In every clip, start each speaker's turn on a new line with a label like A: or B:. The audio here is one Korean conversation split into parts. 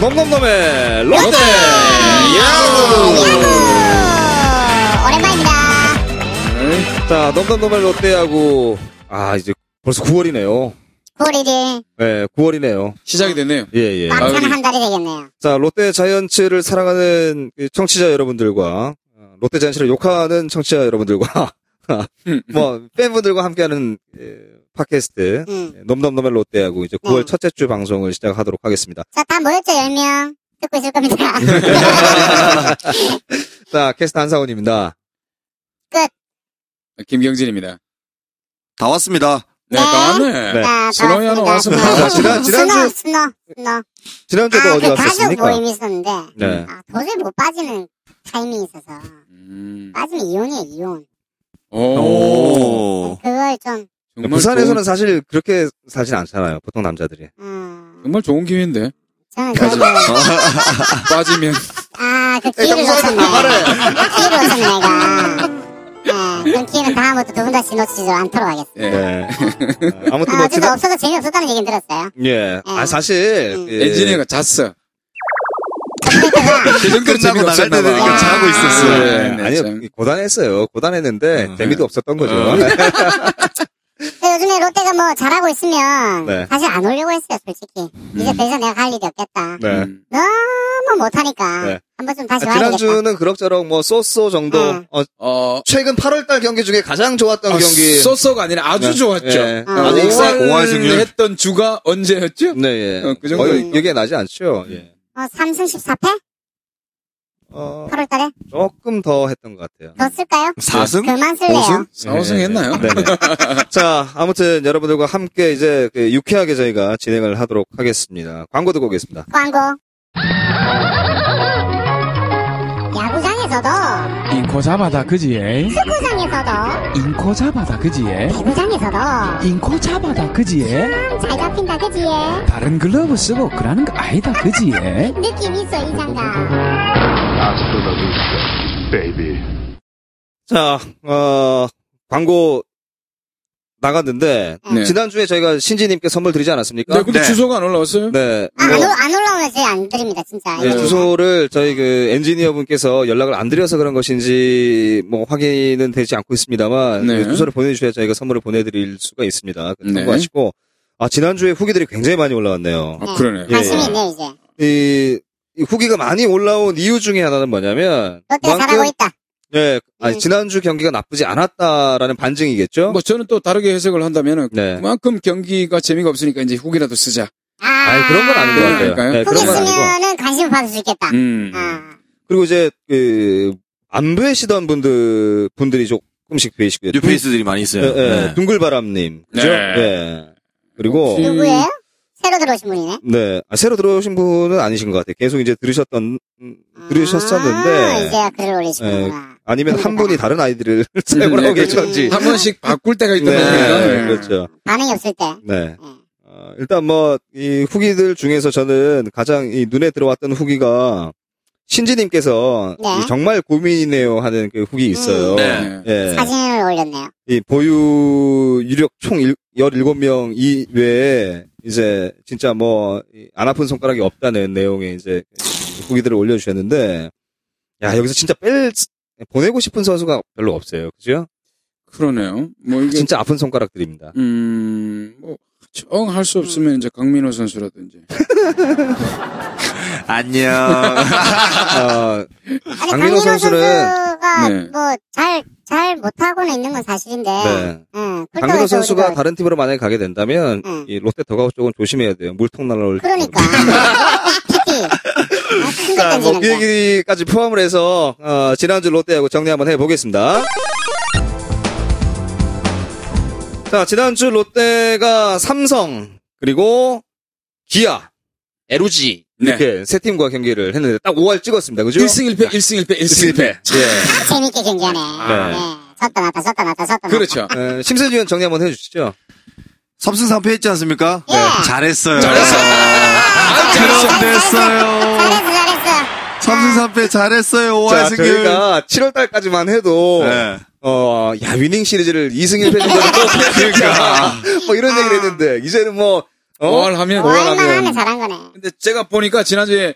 A: 넘넘넘의 롯데 야구!
B: 야구! 오랜만입니다.
A: 자, 넘넘넘의 롯데하고 아 이제 벌써 9월이네요.
B: 9월 1일
A: 네, 9월이네요.
C: 시작이 됐네요.
A: 예, 예.
C: 아, 우리-
B: 막상 한 달이 되겠네요. 음.
A: 자, 롯데 자이언츠를 사랑하는 그 청취자 여러분들과 어, 롯데 자이언츠를 욕하는 청취자 여러분들과 뭐 팬분들과 함께하는 예, 팟캐스트 예,
B: 음.
A: 넘넘넘의 롯데하고 이제 9월
B: 네.
A: 첫째 주 방송을 시작하도록 하겠습니다.
B: 자, 다 모였죠, 10명? 듣고 있을 겁니다.
A: 네. 자, 캐스트 한사원입니다.
C: 김경진입니다.
D: 다 왔습니다.
C: 네,
B: 네.
C: 나왔네.
A: 네.
B: 자,
C: 신호이 하나
B: 반갑습니다.
C: 왔습니다.
B: 네.
A: 지난-
B: 신호,
A: 지난주-
B: 신호, 신호.
A: 지난주에도
B: 아,
A: 어디
B: 그 가족
A: 왔었습니까?
B: 모임 있었는데,
A: 네.
B: 아, 도저히 못 빠지는 타이밍이 있어서,
C: 음.
B: 빠지면 이혼이에요, 이혼.
C: 오.
D: 오.
B: 그걸 좀,
C: 정말
A: 그러니까 부산에서는
C: 좋은,
A: 사실 그렇게 살진 않잖아요. 보통 남자들이.
B: 음,
C: 정말 좋은 기회인데
B: 저는 그래도,
C: 빠지면
B: 아, 그 기회를 놓쳤네. 아, 그 기회를 놓쳤네, 내가. 네, 그런 기회는 다음부터 두 분 다시 놓치지 않도록 하겠습니다.
C: 예.
A: 네. 아, 아무튼
B: 아,
A: 뭐
B: 어제도
A: 지난
B: 없어서 재미없었다는 얘기는 들었어요.
A: 예. 아 사실
B: 음.
A: 예.
C: 엔지니어가 잤어. 그 정도로
D: 끝나고 나갈 때
C: 재미없었나
D: 되니까
C: 봐.
D: 자고 있었어요.
C: 아. 네, 네,
A: 아니요
C: 참.
A: 고단했어요. 고단했는데
D: 어.
A: 재미도 없었던 거죠. 네.
D: 어.
C: 음.
B: 근데 요즘에 롯데가 뭐 잘하고 있으면
A: 네. 음.
B: 사실 안 오려고 했어요 솔직히 이제 더 이상 내가 갈 일이 없겠다
A: 네.
C: 음.
B: 너무 못하니까
A: 네.
B: 한번 좀 다시
A: 아,
B: 와야 되겠다
A: 지난주는 그럭저럭 뭐 쏘쏘 정도
B: 음.
A: 어,
C: 어,
A: 최근 8월달 경기 중에 가장 좋았던
C: 아,
A: 경기.
C: 소소가 아니라 아주
A: 네.
C: 좋았죠.
A: 예.
B: 아.
C: 아주
D: 오월- 오월 승률.
C: 했던 주가 언제였죠?
A: 네, 예.
C: 어, 그 정도.
A: 거의 얘기 나지 않죠. 예.
B: 어, 삼승 14패?
A: 어,
B: 8월달에?
A: 조금 더 했던 것 같아요.
B: 더 쓸까요?
D: 4승?
B: 그만 쓸래요
C: 4호승 했나요?
A: 네. 자, 아무튼 여러분들과 함께 이제 그 유쾌하게 저희가 진행을 하도록 하겠습니다. 광고 듣고 오겠습니다.
B: 광고 야구장에서도
E: 인코 잡아다 그지에
B: 축구장에서도
E: 인코 잡아다 그지에
B: 배구장에서도
E: 인코 잡아다 그지에
B: 잘 잡힌다 그지에
E: 다른 글러브 쓰고 그러는 거 아니다 그지에
B: 느낌 있어 이 아, 장갑
F: Hasta la vista, baby.
A: 자, 어, 광고 나갔는데
C: 네.
A: 지난주에 저희가 신지님께 선물 드리지 않았습니까?
C: 네, 근데
D: 네.
C: 주소가 안 올라왔어요?
A: 네.
B: 아, 안,
A: 뭐,
B: 올- 안 올라오면 저희 안 드립니다 진짜
A: 네, 주소를 저희 그 엔지니어 분께서 연락을 안 드려서 그런 것인지 뭐 확인은 되지 않고 있습니다만
C: 네.
A: 그 주소를 보내주셔야 저희가 선물을 보내드릴 수가 있습니다.
C: 네.
A: 참고하시고 아 지난주에 후기들이 굉장히 많이 올라왔네요.
C: 아, 그러네.
A: 예.
B: 관심이 있네요 이제
A: 이, 이 후기가 많이 올라온 이유 중에 하나는 뭐냐면
B: 롯데가 어, 잘하고 있다
A: 예, 아니,
B: 음.
A: 지난주 경기가 나쁘지 않았다라는 반증이겠죠.
C: 뭐 저는 또 다르게 해석을 한다면은
A: 네.
C: 그만큼 경기가 재미가 없으니까 이제 후기라도 쓰자.
A: 아니 그런 건 아닌 것
C: 네,
A: 같아요.
C: 그러니까요.
A: 네,
B: 후기
A: 그런 건 아니고.
B: 쓰면은 관심을 받을 수 있겠다.
C: 음.
B: 아,
A: 그리고 이제 그안 뵈시던 분들 분들이 조금씩 뵈시고요.
D: 뉴페이스들이 많이 있어요.
A: 둥- 예, 예,
D: 네.
A: 둥글바람님, 그죠?
C: 네.
A: 예. 그리고
C: 혹시-
B: 누구예요? 새로 들어오신 분이네.
A: 네 아, 새로 들어오신 분은 아니신 것 같아요. 계속 이제 들으셨던 음,
B: 아,
A: 들으셨었는데 네.
B: 이제 글을 올리시구나.
A: 아니면 한 분이 다른 아이들을 사용을 하고
C: 네,
A: 계셨지.
C: 한 번씩 바꿀 때가
A: 그렇죠. 네,
C: 있던
B: 네.
C: 거니까.
A: 그렇죠.
B: 반응이 없을 때.
A: 네.
B: 네.
A: 어, 일단 뭐 이 후기들 중에서 저는 가장 이 눈에 들어왔던 후기가 신지님께서
B: 네.
A: 이 정말 고민이네요 하는 그 후기 있어요.
B: 음.
D: 네.
A: 예.
B: 사진을 올렸네요.
A: 이 보유 유력 총 일- 17명 이외에 이제 진짜 뭐 안 아픈 손가락이 없다는 내용의 이제 후기들을 올려주셨는데 야 여기서 진짜 뺄 보내고 싶은 선수가 별로 없어요. 그죠?
C: 그러네요. 뭐 이게
A: 진짜 아픈 손가락들입니다.
C: 음, 뭐, 정 할 수 없으면 이제 강민호 선수라든지.
D: 안녕.
A: 아, 강민호
B: 아니, 강민호
A: 선수는-
B: 선수가
C: 네.
B: 뭐, 잘, 잘 못하고는 있는 건 사실인데.
A: 네.
B: 응, 꿀떡에서
A: 강민호 선수가
B: 우리가-
A: 다른 팀으로 만약에 가게 된다면
B: 응.
A: 이 롯데 더가웃 쪽은 조심해야 돼요. 물통 날아올
B: 그러니까. 피피. 아, 큰거
A: 자, 뭐, 그
B: 던지는데.
A: 얘기까지 포함을 해서, 어, 지난주 롯데하고 정리 한번 해보겠습니다. 자, 지난주 롯데가 삼성, 그리고 기아, LG,
C: 네.
A: 이렇게 세 팀과 경기를 했는데 딱 5할 찍었습니다. 그죠?
C: 1승 1패, 1승 1패, 1승 1패.
A: 예.
B: 아, 재밌게 경기하네.
A: 네.
B: 네. 섰다 놨다, 섰다 놨다, 섰다 놨다.
C: 그렇죠.
A: 어, 심세주 의원 정리 한번 해주시죠.
D: 삼승 3패 했지 않습니까?
B: 네.
D: 잘했어요.
C: 아, 잘했어.
D: 그럼 됐어요.
B: 잘했어, 잘했어.
D: 삼승 3패 잘했어요.
A: 자,
D: 5할 승률.
A: 저희가 7월달까지만 해도,
D: 네.
A: 어,
D: 아.
A: 야, 위닝 시리즈를 2승 1패 정도로 그러니까. 뭐 이런 얘기를 했는데, 이제는 뭐, 어?
C: 뭘 하면
B: 얼만
C: 뭐라고.
B: 하면 잘한 거네.
C: 근데 제가 보니까 지난주에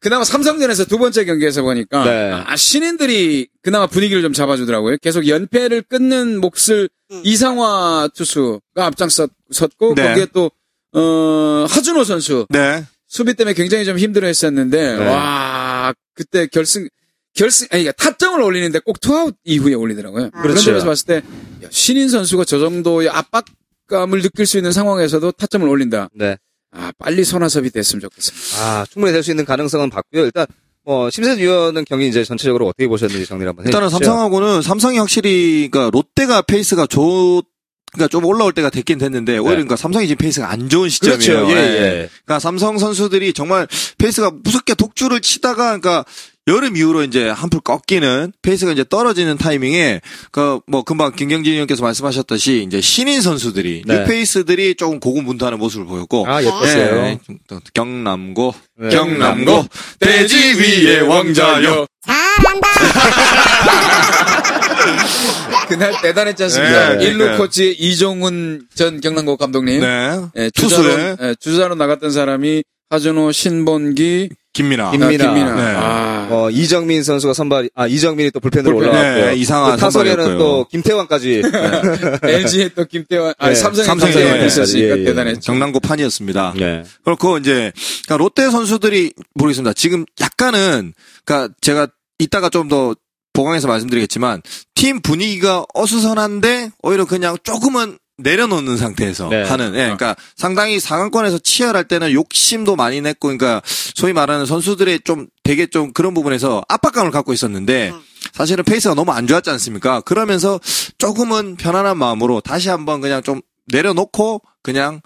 C: 그나마 삼성전에서 두 번째 경기에서 보니까
A: 네.
C: 아, 신인들이 그나마 분위기를 좀 잡아주더라고요. 계속 연패를 끊는 몫을 이상화 투수가 앞장섰고
D: 네.
C: 거기에 또 어, 하준호 선수
D: 네.
C: 수비 때문에 굉장히 좀 힘들어했었는데
A: 네.
C: 와 그때 결승 결승 아니 그러니까 타점을 올리는데 꼭 투아웃 이후에 올리더라고요. 그런
A: 그렇죠.
C: 점에서 봤을 때 야, 신인 선수가 저 정도의 압박감을 느낄 수 있는 상황에서도 타점을 올린다.
A: 네.
C: 아 빨리 손아섭이 됐으면 좋겠습니다.
A: 아, 충분히 될 수 있는 가능성은 봤고요. 일단 뭐 심세준 위원은 경기 이제 전체적으로 어떻게 보셨는지 정리를 한번
D: 일단은
A: 해주시죠.
D: 삼성하고는 삼성이 확실히 그러니까 롯데가 페이스가 좋 그러니까 좀 올라올 때가 됐긴 됐는데 오히려 그러니까 삼성이 지금 페이스가 안 좋은 시점이에요.
A: 네. 그렇죠. 예, 예.
D: 그러니까 삼성 선수들이 정말 페이스가 무섭게 독주를 치다가 그러니까 여름 이후로 이제 한풀 꺾이는 페이스가 이제 떨어지는 타이밍에 그 뭐 금방 김경진 의원께서 말씀하셨듯이 이제 신인 선수들이
A: 네.
D: 뉴 페이스들이 조금 고군분투하는 모습을 보였고
A: 아, 예뻤어요.
D: 예, 좀더 경남고
A: 네.
D: 경남고 돼지 위의 왕자여
B: 잘한다.
C: 그날 대단했지 않습니까?
A: 네,
C: 일루
D: 그러니까요.
C: 코치 이종훈 전 경남고 감독님.
D: 네
C: 예,
D: 투수의
C: 주자로, 예, 주자로 나갔던 사람이 하준호, 신본기,
D: 김민아
C: 아,
A: 김민아.
C: 김민아.
D: 네.
C: 아,
A: 어, 이정민 선수가 선발, 아, 이정민이 또 불펜으로
D: 불펜.
A: 올라왔고.
D: 네, 이상한
A: 또 타선에는
D: 선발이었고요. 네.
A: 또 김태환까지.
C: LG에 또 김태환,
A: 네,
C: 아니, 삼성에
D: 삼성에
C: 김태환이
D: 예,
C: 있었으니까
A: 예, 예.
C: 대단했죠.
D: 경남고 판이었습니다.
A: 네.
D: 그렇고 이제 그러니까 롯데 선수들이 모르겠습니다. 지금 약간은 그러니까 제가 이따가 좀 더 보강해서 말씀드리겠지만 팀 분위기가 어수선한데 오히려 그냥 조금은 내려놓는 상태에서
A: 네.
D: 하는 예, 그러니까 상당히 상황권에서 치열할 때는 욕심도 많이 냈고 그러니까 소위 말하는 선수들의 좀 되게 좀 그런 부분에서 압박감을 갖고 있었는데 사실은 페이스가 너무 안 좋았지 않습니까? 그러면서 조금은 편안한 마음으로 다시 한번 그냥 좀 내려놓고 그냥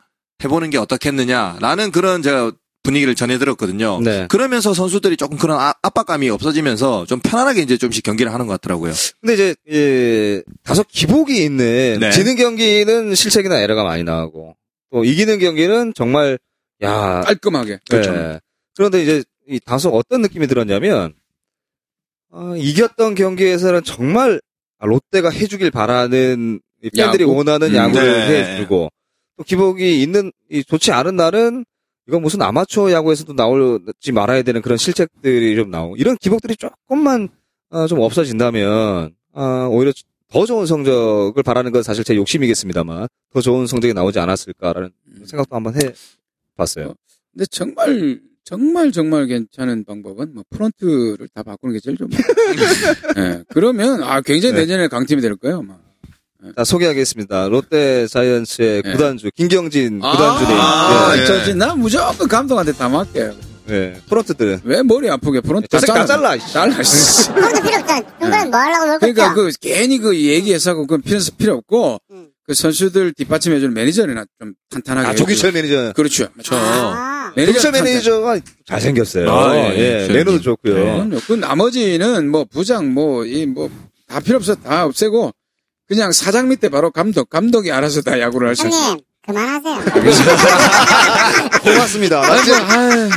D: 해보는 게 어떻겠느냐라는 그런 제가 분위기를 전해드렸거든요.
A: 네.
D: 그러면서 선수들이 조금 그런 아- 압박감이 없어지면서 좀 편안하게 이제 좀씩 경기를 하는 것 같더라고요.
A: 근데 이제, 예, 다소 기복이 있는.
D: 네.
A: 지는 경기는 실책이나 에러가 많이 나오고. 또 이기는 경기는 정말, 야.
C: 깔끔하게. 그렇죠.
A: 네. 그런데 이제 이 다소 어떤 느낌이 들었냐면 어, 이겼던 경기에서는 정말 아, 롯데가 해주길 바라는 이 팬들이
C: 야구?
A: 원하는
D: 음,
A: 야구를
D: 네.
A: 해주고 또 기복이 있는 이 좋지 않은 날은 이건 무슨 아마추어 야구에서도 나올지 말아야 되는 그런 실책들이 좀 나오고 이런 기복들이 조금만 어, 좀 없어진다면 아, 오히려 더 좋은 성적을 바라는 건 사실 제 욕심이겠습니다만 더 좋은 성적이 나오지 않았을까라는 생각도 한번 해봤어요.
C: 근데 정말, 정말, 정말 괜찮은 방법은 뭐 프론트를 다 바꾸는 게 제일 좋은 방법. 예, 그러면, 아, 굉장히
A: 네.
C: 내년에 강팀이 될 거예요. 아마.
A: 자, 소개하겠습니다. 롯데 자이언츠의
D: 네.
C: 예.
A: 구단주, 김경진 구단주님.
C: 아,
D: 예.
C: 저지, 나 무조건 감독한테 다 맡겨요.
A: 예. 예. 프론트들은.
C: 왜 머리 아프게 프론트
A: 저 새끼 다 잘라, 네. 이씨.
C: 잘라, 씨.
B: 그것도 필요 없잖아. 그건 뭐 하려고 놀
C: 그러니까
B: 거죠.
C: 그 괜히 그 얘기해서 그건 필요, 필요 없고
B: 음.
C: 그 선수들 뒷받침해줄 매니저나 좀 탄탄하게
D: 네.
A: 아, 조기철 매니저.
C: 그렇죠
B: 아.
A: 조기철
C: 탄탄.
A: 매니저가 잘생겼어요.
D: 아,
A: 예.
D: 예. 네.
A: 매너도 좋고요.
C: 그럼요. 그 나머지는 뭐 부장 뭐 이 뭐 다 필요 없어 다 없애고 그냥 사장 밑에 바로 감독 감독이 알아서 다 야구를 할수 있는
B: 형님, 그만하세요.
A: 고맙습니다. 나 지금,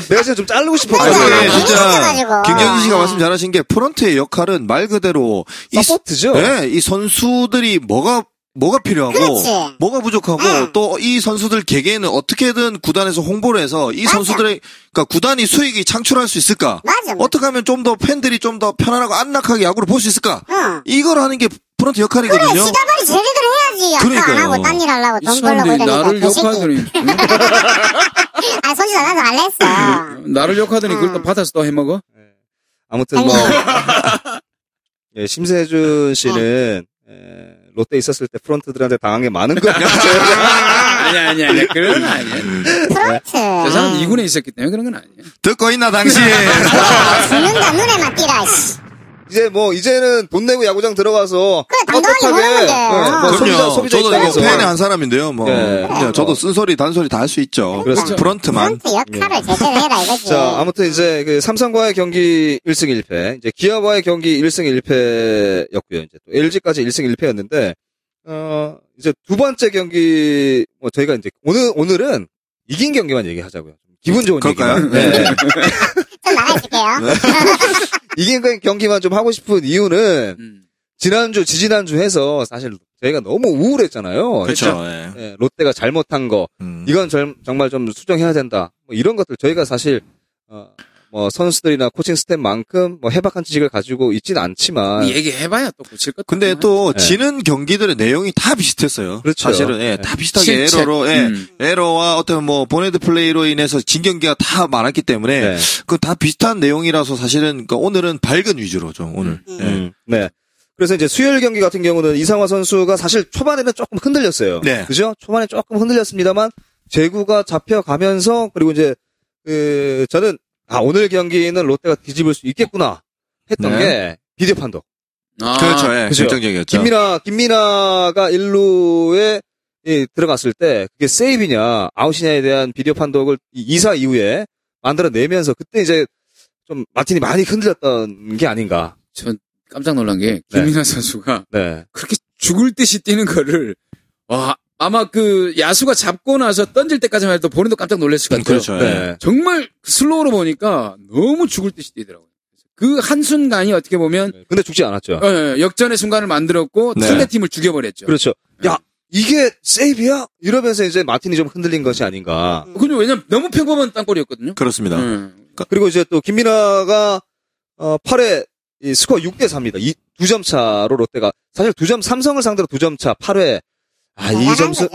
A: 내가 지금 좀 자르고
D: 아,
A: 싶었거든.
D: 근데
B: 아,
D: 진짜
B: 재밌어가지고.
D: 김경진 씨가 말씀 잘하신 게 프런트의 역할은 말 그대로 이, 스-
A: 서포트죠?
D: 네, 이 선수들이 뭐가 뭐가 필요하고
B: 그렇지.
D: 뭐가 부족하고
B: 응.
D: 또 이 선수들 개개인은 어떻게든 구단에서 홍보를 해서 이
B: 맞아.
D: 선수들의 그러니까 구단이 수익이 창출할 수 있을까?
B: 맞아.
D: 어떻게 하면 좀 더 팬들이 좀 더 편안하고 안락하게 야구를 볼 수 있을까?
B: 응.
D: 이걸 하는 게
B: 그래,
D: 프런트 역할이거든요.
B: 지가 어. 빨리 제대로 해야지. 아까 안
D: 그러니까요.
B: 하고 딴 일 하려고
C: 이
B: 돈 벌려고
C: 사람들이
B: 이러니까. 그
C: 나를
B: 개새끼.
C: 욕하더니
B: 아, 솔직히 나도 안 했어.
C: 나를 욕하더니 그걸
A: 음.
C: 또 받아서 또 해먹어
A: 아무튼 뭐. 예, 심세준 씨는, 예, 롯데 있었을 때 프론트들한테 당한 게 많은 거 같아요.
C: 아니야 아니야 아니야 그런 건 아니야
B: 프론트.
A: 아.
C: 저 사람 이군에 있었기 때문에 그런 건 아니야
D: 듣고 있나 당신?
B: 야, 아, 죽는다, 눈에만 띄라, 씨.
A: 이제 뭐, 이제는 돈 내고 야구장 들어가서.
B: 그래, 당당하게
A: 떳떳하게,
B: 보는데.
A: 예, 뭐 소비자,
D: 네, 그럼요.
A: 소비자
D: 저도 이거
A: 입장에서.
D: 팬의 한 사람인데요. 뭐
A: 예.
D: 그냥 저도 쓴소리 단소리 다 할 수 있죠.
A: 그렇죠.
D: 프런트만
B: 프론트 역할을 제대로 해라, 이거지.
A: 자, 아무튼 이제 그 삼성과의 경기 1승 1패, 이제 기아와의 경기 1승 1패였고요. 이제 또 LG까지 1승 1패였는데 어, 이제 두 번째 경기 뭐 저희가 이제 오늘 오늘은 이긴 경기만 얘기하자고요. 기분 좋은
D: 그럴까요? 그렇죠.
A: 얘기만. 네.
B: 좀 나가실게요.
A: 이긴 경기만 좀 하고 싶은 이유는
C: 음.
A: 지난주, 지지난주 해서 사실 저희가 너무 우울했잖아요.
D: 그렇죠. 예.
A: 예, 롯데가 잘못한 거,
D: 음.
A: 이건 절- 정말 좀 수정해야 된다. 뭐 이런 것들 저희가 사실 어, 뭐 선수들이나 코칭 스태프만큼 뭐 해박한 지식을 가지고 있진 않지만
D: 예.
C: 얘기해봐야 또 고칠 것.
D: 아. 근데 또
A: 예.
D: 지는 경기들의 내용이 다 비슷했어요.
A: 그렇죠.
D: 사실은 예, 다 비슷하게
C: 실책.
D: 에러로 예,
C: 음.
D: 에러와 어떤 뭐 보네드 플레이로 인해서 진 경기가 다 많았기 때문에
A: 네.
D: 그 다 비슷한 내용이라서 사실은 그러니까 오늘은 밝은 위주로 좀 오늘.
B: 음.
D: 예.
A: 음, 네. 그래서 이제 수요일 경기 같은 경우는 이상화 선수가 사실 초반에는 조금 흔들렸어요.
D: 네.
A: 그죠? 초반에 조금 흔들렸습니다만 제구가 잡혀가면서 그리고 이제 그 저는 아 오늘 경기는 롯데가 뒤집을 수 있겠구나 했던
D: 네.
A: 게 비디오 판독.
C: 아,
D: 그렇죠. 예.
A: 그죠.
D: 결정적이었죠.
A: 김민아 김민아가 일루에 예, 들어갔을 때 그게 세이브냐 아웃이냐에 대한 비디오 판독을 이 2사 이후에 만들어내면서 그때 이제 좀 마틴이 많이 흔들렸던 게 아닌가.
C: 전 깜짝 놀란 게 김민아 선수가
A: 네.
C: 그렇게 죽을 듯이 뛰는 거를 와 아마 그 야수가 잡고 나서 던질 때까지만 해도 본인도 깜짝 놀랐을 것 같아요.
D: 그렇죠. 예.
A: 네.
C: 정말 그 슬로우로 보니까 너무 죽을 듯이 뛰더라고요. 그 한순간이 어떻게 보면
A: 네. 근데 죽지 않았죠.
C: 어, 역전의 순간을 만들었고
D: 네.
C: 상대팀을 죽여버렸죠.
A: 그렇죠. 야, 이게 세이비야? 이러면서 이제 마틴이 좀 흔들린 것이 아닌가.
C: 그죠 왜냐면 너무 평범한 땅볼이었거든요.
D: 그렇습니다.
C: 음.
A: 그리고 이제 또 김민아가 어 8회 이 스코어 6대 4입니다. 이 두 점 차로 롯데가 사실 두 점 삼성을 상대로 두 점 차 8회 아, 이 점수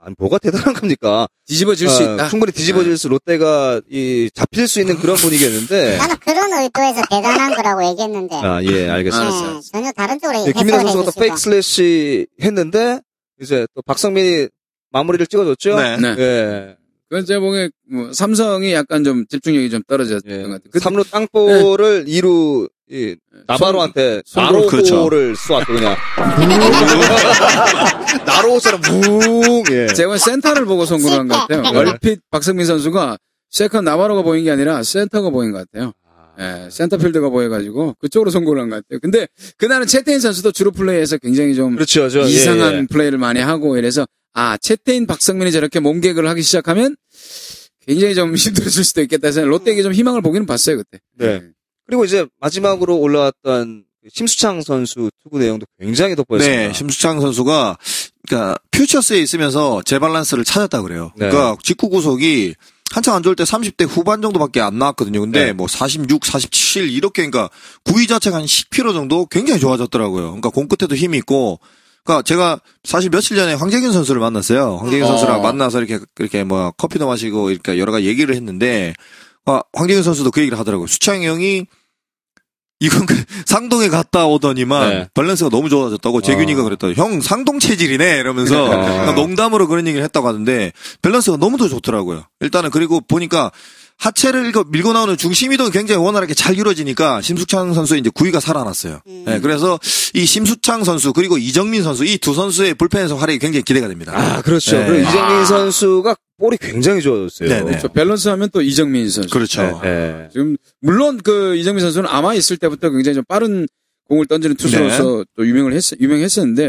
A: 아니, 뭐가 대단한 겁니까?
C: 뒤집어질 수
A: 아,
C: 있다. 예.
A: 충분히 뒤집어질 수 롯데가 이 잡힐 수 있는 그런 분위기였는데
B: 나는 그런 의도에서 대단한 거라고 얘기했는데.
A: 네. 아, 예, 알겠습니다.
B: 예, 전혀 다른 쪽으로
A: 예, 김민아 선수가
B: 해석을
A: 또
B: 해주시고.
A: 페이크 슬래시 했는데 이제 또 박성민이 마무리를 찍어줬죠.
D: 네.
C: 네.
A: 예.
C: 그건 제가 보기엔 뭐 삼성이 약간 좀 집중력이 좀 떨어졌던
A: 예.
C: 것 같아요.
A: 그
C: 그-
A: 3루 땅볼을 2루 이 나바로한테
D: 손-
A: 나로호를
D: 그렇죠.
A: 쏘았죠 그냥 나로호처럼 뭉 예.
C: 제가 보기엔 센터를 보고 송구를 한 것 같아요.
A: 네.
C: 얼핏 박성민 선수가 세컨 나바로가 보인 게 아니라 센터가 보인 것 같아요. 예, 센터필드가 보여가지고 그쪽으로 송구를 한 것 같아요. 근데 그날은 채태인 선수도 주로 플레이에서 굉장히 좀
A: 그렇죠 저
C: 이상한
A: 예, 예.
C: 플레이를 많이 하고 이래서 아 채태인 박성민이 저렇게 몸개그를 하기 시작하면 굉장히 좀 힘들어질 수도 있겠다 해서 롯데에게 좀 희망을 보기는 봤어요 그때. 예.
A: 네. 그리고 이제 마지막으로 올라왔던 심수창 선수 투구 내용도 굉장히 돋보였습니다
D: 네, 심수창 선수가 그러니까 퓨처스에 있으면서 재발란스를 찾았다 그래요.
A: 네.
D: 그러니까 직구 구속이 한창 안 좋을 때 30대 후반 정도밖에 안 나왔거든요. 근데
A: 네.
D: 뭐 46, 47 이렇게 그러니까 구위 자체가 한 10kg 정도 굉장히 좋아졌더라고요. 그러니까 공 끝에도 힘이 있고 그러니까 제가 사실 며칠 전에 황재균 선수를 만났어요. 황재균
C: 어.
D: 선수랑 만나서 이렇게 이렇게 뭐 커피도 마시고 이렇게 여러 가지 얘기를 했는데 아, 황재균 선수도 그 얘기를 하더라고요. 수창이 형이 이건 그 상동에 갔다 오더니만
A: 네.
D: 밸런스가 너무 좋아졌다고 재균이가 그랬다. 형 상동 체질이네 이러면서 그러니까 농담으로 그런 얘기를 했다고 하는데 밸런스가 너무 더 좋더라고요. 일단은 그리고 보니까 하체를 이거 밀고 나오는 중심 이동이 굉장히 원활하게 잘 이루어지니까 심수창 선수의 이제 구위가 살아났어요.
B: 음.
D: 네, 그래서 이 심수창 선수 그리고 이정민 선수 이 두 선수의 불펜에서 활약이 굉장히 기대가 됩니다.
A: 아 그렇죠
C: 예.
D: 네.
A: 그리고 이재민 선수가 볼이 굉장히 좋아졌어요
D: 네, 네.
C: 저 그렇죠. 밸런스 하면 또 이정민 선수.
D: 그렇죠.
A: 예.
C: 지금 물론 그 이정민 선수는 아마 있을 때부터 굉장히 좀 빠른 공을 던지는 투수로서 또 유명을 했 유명했었는데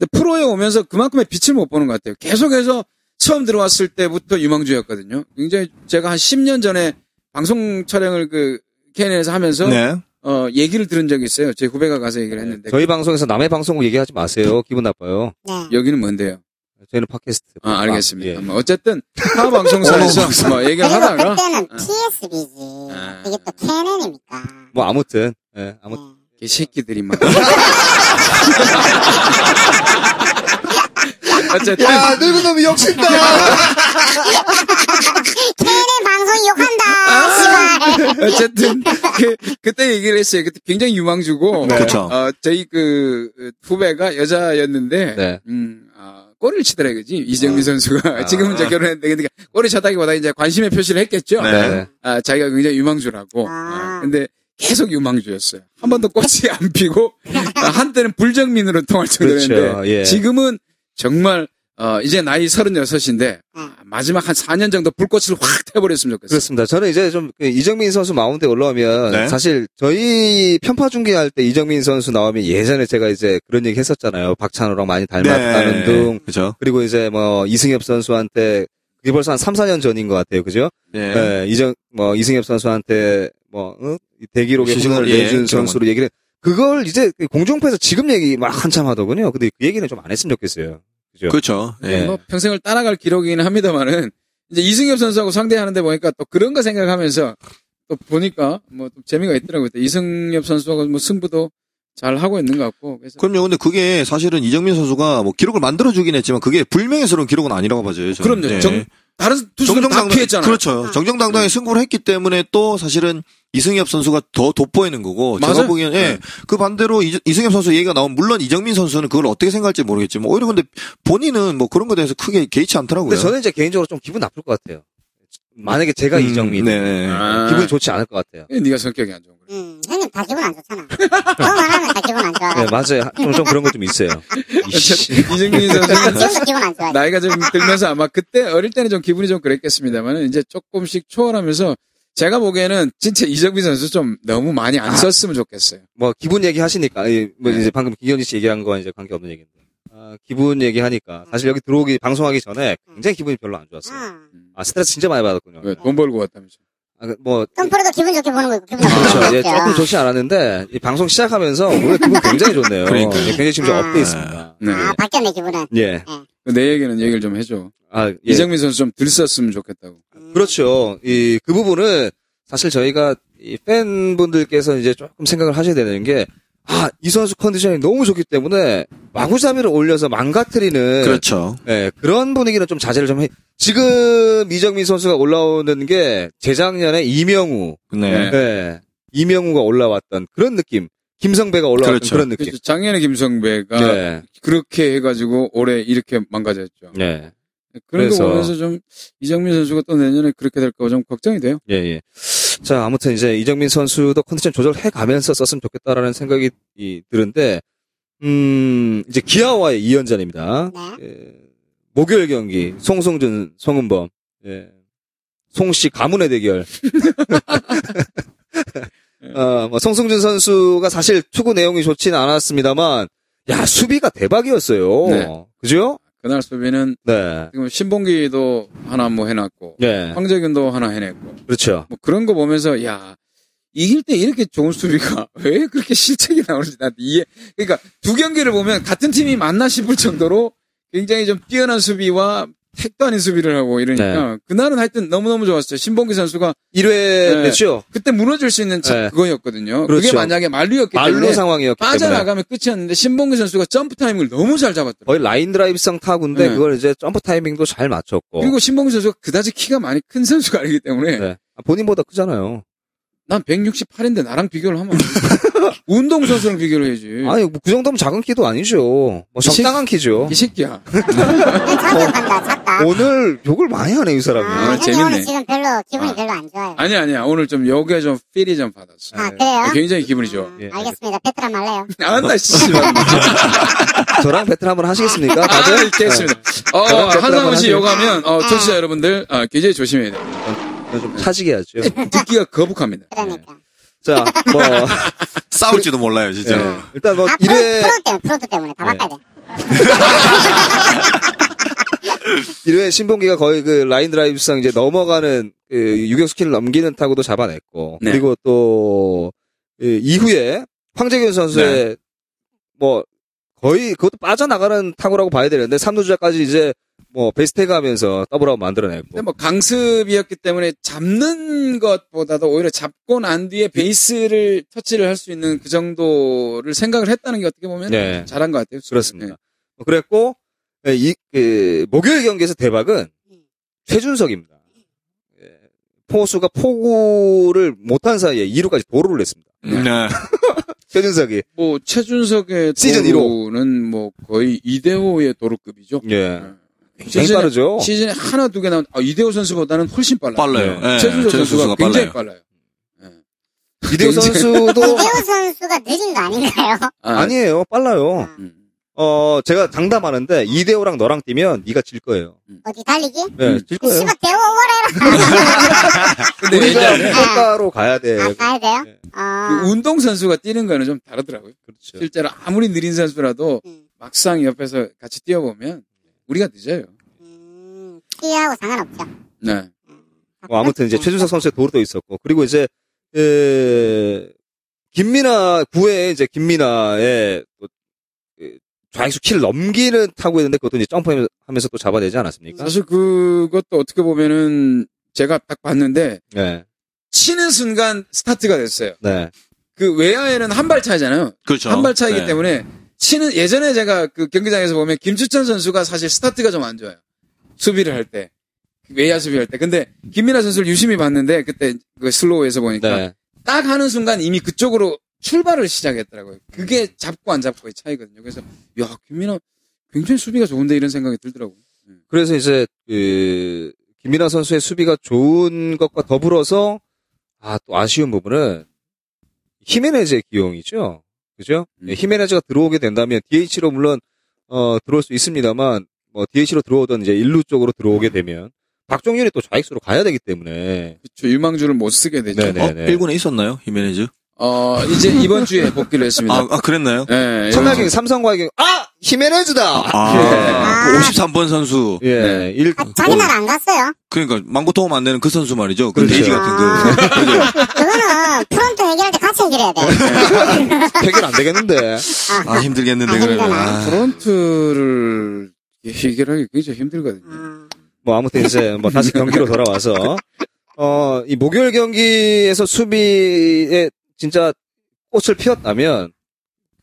C: 근데 프로에 오면서 그만큼의 빛을 못 보는 것 같아요. 계속해서 처음 들어왔을 때부터 유망주였거든요. 굉장히 제가 한 10년 전에 방송 촬영을 그 KN에서 하면서
D: 네.
C: 어 얘기를 들은 적이 있어요. 제 후배가 가서 얘기를 했는데
A: 네. 저희 방송에서 남의 방송국 얘기하지 마세요 기분 나빠요
B: 네.
C: 여기는 뭔데요?
A: 저희는 팟캐스트
C: 아 알겠습니다.
A: 예.
C: 뭐 어쨌든 타 방송사에서 뭐 얘기를
B: 그리고
C: 하다가
B: 그때는
A: 네.
C: 어.
B: PSB지.
C: 아.
B: 이게 또 KNN이니까.
A: 뭐 아무튼 예, 아무튼
C: 이 새끼들이 막 어쨌든
A: 늙은 놈이
D: 네.
A: 역신다
B: KNN 방송이
A: 아!
B: 욕한다. 씨발.
C: 어쨌든 그, 그때 얘기를 했어요. 그때 굉장히 유망주고
D: 그쵸.
C: 어, 저희 그 어, 후배가 여자였는데
A: 네.
C: 음, 아, 꼬리를 치더라 그지 이정민 선수가 지금은 이제 결혼했는데 그러니까 꼬리 쳐다기보다 이제 관심의 표시를 했겠죠.
A: 네.
C: 아, 자기가 굉장히 유망주라고.
B: 아.
C: 아, 근데 계속 유망주였어요. 한 번도 꽃이 안 피고 아, 한때는 불정민으로 통할 정도였는데
A: 그렇죠. 예.
C: 지금은 정말 어, 이제 나이 36인데 마지막 한 4년 정도 불꽃을 확 태워버렸으면 좋겠어요.
A: 그렇습니다. 저는 이제 좀그 이정민 선수 마운드에 올라오면
D: 네.
A: 사실 저희 편파 중계할 때 이정민 선수 나오면 예전에 제가 이제 그런 얘기 했었잖아요. 박찬호랑 많이
D: 네.
C: 네.
A: 닮았다는 둥
D: 그죠.
A: 그리고 이제 뭐 이승엽 선수한테 그게 벌써 한 3, 4년 전인 것 같아요. 그죠?
D: 네.
A: 예, 이정 뭐 이승엽 선수한테 뭐 응? 이 대기록에
D: 시승을,
A: 시승을
D: 예,
A: 내준
D: 그런
A: 선수로 얘기를 그걸 이제 공중파에서 지금 얘기 막 한참 하더군요. 근데 그 얘기는 좀 안 했으면 좋겠어요. 그죠?
D: 그렇죠. 예.
C: 뭐 평생을 따라갈 기록이긴 합니다만은 이제 이승엽 선수하고 상대하는데 보니까 또 그런가 생각하면서 또 보니까 뭐좀 재미가 있더라고요. 또 이승엽 선수하고 뭐 승부도 잘 하고 있는 것 같고 그래서
D: 그럼요. 근데 그게 사실은 이정민 선수가 뭐 기록을 만들어 주긴 했지만 그게 불명예스러운 기록은 아니라고 봐줘요. 저는.
C: 그럼요.
D: 예.
C: 정- 다른 투수는 다
D: 정정당당-
C: 피했잖아요. 음.
D: 그렇죠. 정정당당히 승부를 했기 때문에 또 사실은 이승엽 선수가 더 돋보이는 거고 제가
C: 맞아요.
D: 보기엔 예.
C: 네.
D: 그 반대로 이, 이승엽 선수 얘기가 나오면 물론 이정민 선수는 그걸 어떻게 생각할지 모르겠지만 오히려 근데 본인은 뭐 그런 거에 대해서 크게 개의치 않더라고요.
A: 근데 저는 이제 개인적으로 좀 기분 나쁠 것 같아요. 만약에 제가
D: 음,
A: 이정민
D: 네, 네, 네.
C: 아.
A: 기분 좋지 않을 것 같아요.
C: 예, 네가 성격이 안 좋은 거예요.
B: 음, 형님 다 기분 안 좋잖아. 그런 말 하면 다 기분 안 좋아.
A: 네, 맞아요. 좀, 좀 그런 거 좀 있어요. 이씨.
C: 이승민
B: 난
A: 네.
C: 선수는
B: 지금도 기분 안 좋아.
C: 나이가 좀 들면서 아마 그때 어릴 때는 좀 기분이 좀 그랬겠습니다만 이제 조금씩 초월하면서 제가 보기에는 진짜 이정민 선수 좀 너무 많이 안 썼으면 좋겠어요.
A: 뭐 기분 얘기 하시니까 아니, 뭐
D: 네.
A: 이제 방금 김현희 씨 얘기한 거와 이제 관계 없는 얘기인데 아, 기분 얘기 하니까 사실 여기 들어오기 방송하기 전에 굉장히 기분이 별로 안 좋았어요.
B: 응.
A: 아 스트레스 진짜 많이 받았군요.
D: 네.
C: 왜돈그 벌고 왔다면서.
A: 아, 그, 뭐
B: 점프로도 기분 좋게 보는 거고 기분 나쁘게 보는
A: 그렇죠.
B: 거
A: 예,
B: 있죠.
A: 조금 좋지 않았는데 이 방송 시작하면서 오늘 기분 굉장히 좋네요.
D: 그러니까요.
A: 예, 굉장히 지금 좀
B: 아.
A: 업돼 있습니다.
C: 네.
B: 아, 바뀌었네, 기분은.
A: 예,
C: 내 얘기는 얘기를 좀 해줘.
A: 아 예.
C: 이정민 선수 좀 덜 썼으면 좋겠다고.
B: 음.
A: 그렇죠. 이 그 부분은 사실 저희가 이 팬분들께서 이제 조금 생각을 하셔야 되는 게. 아, 이 선수 컨디션이 너무 좋기 때문에 마구잡이를 올려서 망가뜨리는
D: 그렇죠.
A: 네, 그런 분위기는 좀 자제를 좀 해. 지금 이정민 선수가 올라오는 게 재작년에 이명우,
D: 네.
A: 네. 이명우가 올라왔던 그런 느낌, 김성배가 올라왔던
D: 그렇죠.
A: 그런 느낌.
C: 그래서 작년에 김성배가
A: 네,
C: 그렇게 해가지고 올해 이렇게 망가졌죠.
A: 네,
C: 그런
A: 그래서-
C: 거 보면서 좀 이정민 선수가 또 내년에 그렇게 될까 좀 걱정이 돼요.
A: 예, 예. 자, 아무튼 이제 이정민 선수도 컨디션 조절해 가면서 썼으면 좋겠다라는 생각이 이, 드는데, 음, 이제 기아와의 이연전입니다.
B: 네.
A: 예, 목요일 경기 송승준 송은범 예. 송씨 가문의 대결. 어, 뭐 송승준 선수가 사실 투구 내용이 좋지는 않았습니다만 야 수비가 대박이었어요.
C: 네.
A: 그죠?
C: 그날 수비는
A: 네.
C: 지금 신봉기도 하나 뭐 해놨고
A: 네.
C: 황재균도 하나 해냈고
A: 그렇죠.
C: 뭐 그런 거 보면서 야 이길 때 이렇게 좋은 수비가 왜 그렇게 실책이 나오는지 나한테 이해. 그러니까 두 경기를 보면 같은 팀이 맞나 싶을 정도로 굉장히 좀 뛰어난 수비와 택도 아닌 수비를 하고 이러니까 그날은 하여튼 너무너무 좋았어요. 신봉기 선수가
A: 1회
C: 네.
A: 냈죠.
C: 그때 무너질 수 있는 차-
A: 네.
C: 그거였거든요. 그
A: 그렇죠.
C: 게 만약에 만루였기
A: 말로
C: 때문에
A: 상황이었기 때문에
C: 빠져나가면 끝이었는데 신봉기 선수가 점프 타이밍을 너무 잘 잡았더라고요.
A: 거의 라인 드라이브성 타구인데
C: 네.
A: 그걸 이제 점프 타이밍도 잘 맞췄고
C: 그리고 신봉기 선수가 그다지 키가 많이 큰 선수가 아니기 때문에
A: 어. 네. 아, 본인보다 크잖아요.
C: 난 168인데 나랑 비교를 하면 안 돼. 운동 선수랑 비교를 해야지.
A: 아니 뭐그 정도면 작은 키도 아니죠. 뭐
C: 시-
A: 적당한 키죠.
C: 네. 이 새끼야.
A: 어.
B: 차도 간다, 찼다.
A: 오늘 욕을 많이 하네 이 사람이.
B: 아, 형님
C: 오늘 재밌네.
B: 오늘 지금 별로, 기분이
A: 어.
C: 아.
B: 별로 안 좋아요.
C: 아니 아니야. 오늘 좀 여기에 좀 필이 좀 받았어.
B: 아, 그래요?
C: 굉장히 기분이 좋아.
A: 예,
B: 음,
C: 아,
B: 알겠습니다. 베트남 말래요.
A: 아,
C: 안나 씨발.
A: 저랑 배틀 한번 하시겠습니까?
C: 아,
A: 다들
C: 이렇게 했습니다. 어,
A: 저랑 베트남
C: 한상훈 씨
A: 하세요.
C: 요가면 어, 청취자 여러분들 아, 굉장히 조심해야 돼요.
A: 네, 좀 차지게 하죠.
C: 듣기가 거북합니다.
B: 그러니까.
A: 자, 뭐
D: 싸울지도 몰라요, 진짜.
A: 예. 일단 뭐
B: 아, 프로,
A: 일회
B: 프로 때문에, 프로도 때문에 다
A: 네.
B: 바꿔야 돼.
A: 일회 신봉기가 거의 그 라인 드라이브상 이제 넘어가는 그 유격수 키를 넘기는 타구도 잡아냈고
C: 네.
A: 그리고 또 예, 이후에 황재균 선수의
C: 네.
A: 뭐 거의 그것도 빠져나가는 타구라고 봐야 되는데 삼루주자까지 이제 뭐 베스트해가면서 더블아웃 만들어냈고
C: 근데 뭐 강습이었기 때문에 잡는 것보다도 오히려 잡고 난 뒤에 베이스를 터치를 할 수 있는 그 정도를 생각을 했다는 게 어떻게 보면
A: 네.
C: 잘한 것 같아요.
A: 그렇습니다.
C: 네.
A: 뭐 그랬고 예, 이 그, 목요일 경기에서 대박은 최준석입니다. 예, 포수가 포구를 못한 사이에 2루까지 도루를 냈습니다.
D: 네.
A: 최준석이
C: 뭐 최준석의
A: 시즌
C: 도루는 뭐 거의 이대호의 도루급이죠.
A: 예
C: 네.
A: 굉장히
C: 시즌에-
A: 빠르죠.
C: 시즌에 하나 두 개 나온 아, 이대호 선수보다는 훨씬 빨라요.
D: 빨라요.
A: 네.
D: 예.
C: 최준석
D: 최준석
C: 선수가,
D: 선수가
C: 굉장히
D: 빨라요.
C: 빨라요.
A: 이대호 선수도
B: 이대호 선수가 느린 거 아닌가요?
C: 아,
A: 아니에요 빨라요.
C: 음.
A: 어 제가 장담하는데 이대호랑 너랑 뛰면 네가 질 거예요.
B: 어디 달리기?
A: 네,
C: 음.
A: 질 거예요.
B: 씨발, 대호 오래라.
C: 근데
A: 우리가
C: 이제
A: 평가로 가야 돼.
B: 아, 가야 돼요?
A: 네.
C: 그
B: 어.
C: 운동 선수가 뛰는 거는 좀 다르더라고요.
A: 그렇죠.
C: 실제로 아무리 느린 선수라도
B: 음.
C: 막상 옆에서 같이 뛰어보면 우리가 늦어요.
B: 음, 키하고 상관없죠.
C: 네.
A: 뭐 아무튼 이제
B: 그렇죠.
A: 최준석 선수의 도루도 있었고 그리고 이제 에, 김민아 구회 이제 김민아의 또, 그 좌익수 키를 넘기는 타고 있는데 그것도 이제 점프하면서 또 잡아내지 않았습니까?
B: 음.
C: 사실 그것도 어떻게 보면은 제가 딱 봤는데
A: 네,
C: 치는 순간 스타트가 됐어요.
A: 네,
C: 그 외야에는 한 발 차이잖아요.
D: 그렇죠.
C: 한 발 차이기
D: 네.
C: 때문에 치는 예전에 제가 그 경기장에서 보면 김주찬 선수가 사실 스타트가 좀 안 좋아요. 수비를 할 때. 외야 수비할 때. 근데 김민아 선수를 유심히 봤는데 그때 그 슬로우에서 보니까
A: 네.
C: 딱 하는 순간 이미 그쪽으로 출발을 시작했더라고요. 그게 잡고 안 잡고의 차이거든요. 그래서 야, 김민아 굉장히 수비가 좋은데 이런 생각이 들더라고요.
A: 그래서 이제 그 김민아 선수의 수비가 좋은 것과 더불어서 아 또 아쉬운 부분은 히메네즈의 기용이죠. 그죠?
C: 음.
A: 예, 히메네즈가 들어오게 된다면 DH로 물론 어 들어올 수 있습니다만 뭐 DH로 들어오던 이제 일루 쪽으로 들어오게 되면 박종윤이 또 좌익수로 가야 되기 때문에
C: 그렇죠. 유망주를 못 쓰게 되죠.
A: 네네.
D: 어? 1군에 있었나요? 히메네즈?
C: 어, 이제 이번 주에 복귀를 했습니다.
A: 네.
D: 아, 아, 그랬나요?
C: 예,
A: 천하경 삼성과 경아 히메네즈다.
D: 아,
A: 예.
D: 그 53번 선수.
A: 예.
C: 네.
A: 일-
B: 아, 자기 나라 안 갔어요.
D: 그러니까 망고 도움 안 되는 그 선수 말이죠. 그
A: 그렇죠. 아.
D: 돼지 같은
B: 그거는
D: 그.
B: 프론트 해결할 때 같이 해결해야 돼.
A: 해결 안 되겠는데.
D: 아, 힘들겠는데
B: 아,
D: 그러면.
B: 힘드나.
D: 아.
C: 프론트를 해결하기 굉장히 힘들거든요.
B: 음.
A: 뭐 아무튼 이제 뭐 다시 경기로 돌아와서 어 이 목요일 경기에서 수비에 진짜 꽃을 피웠다면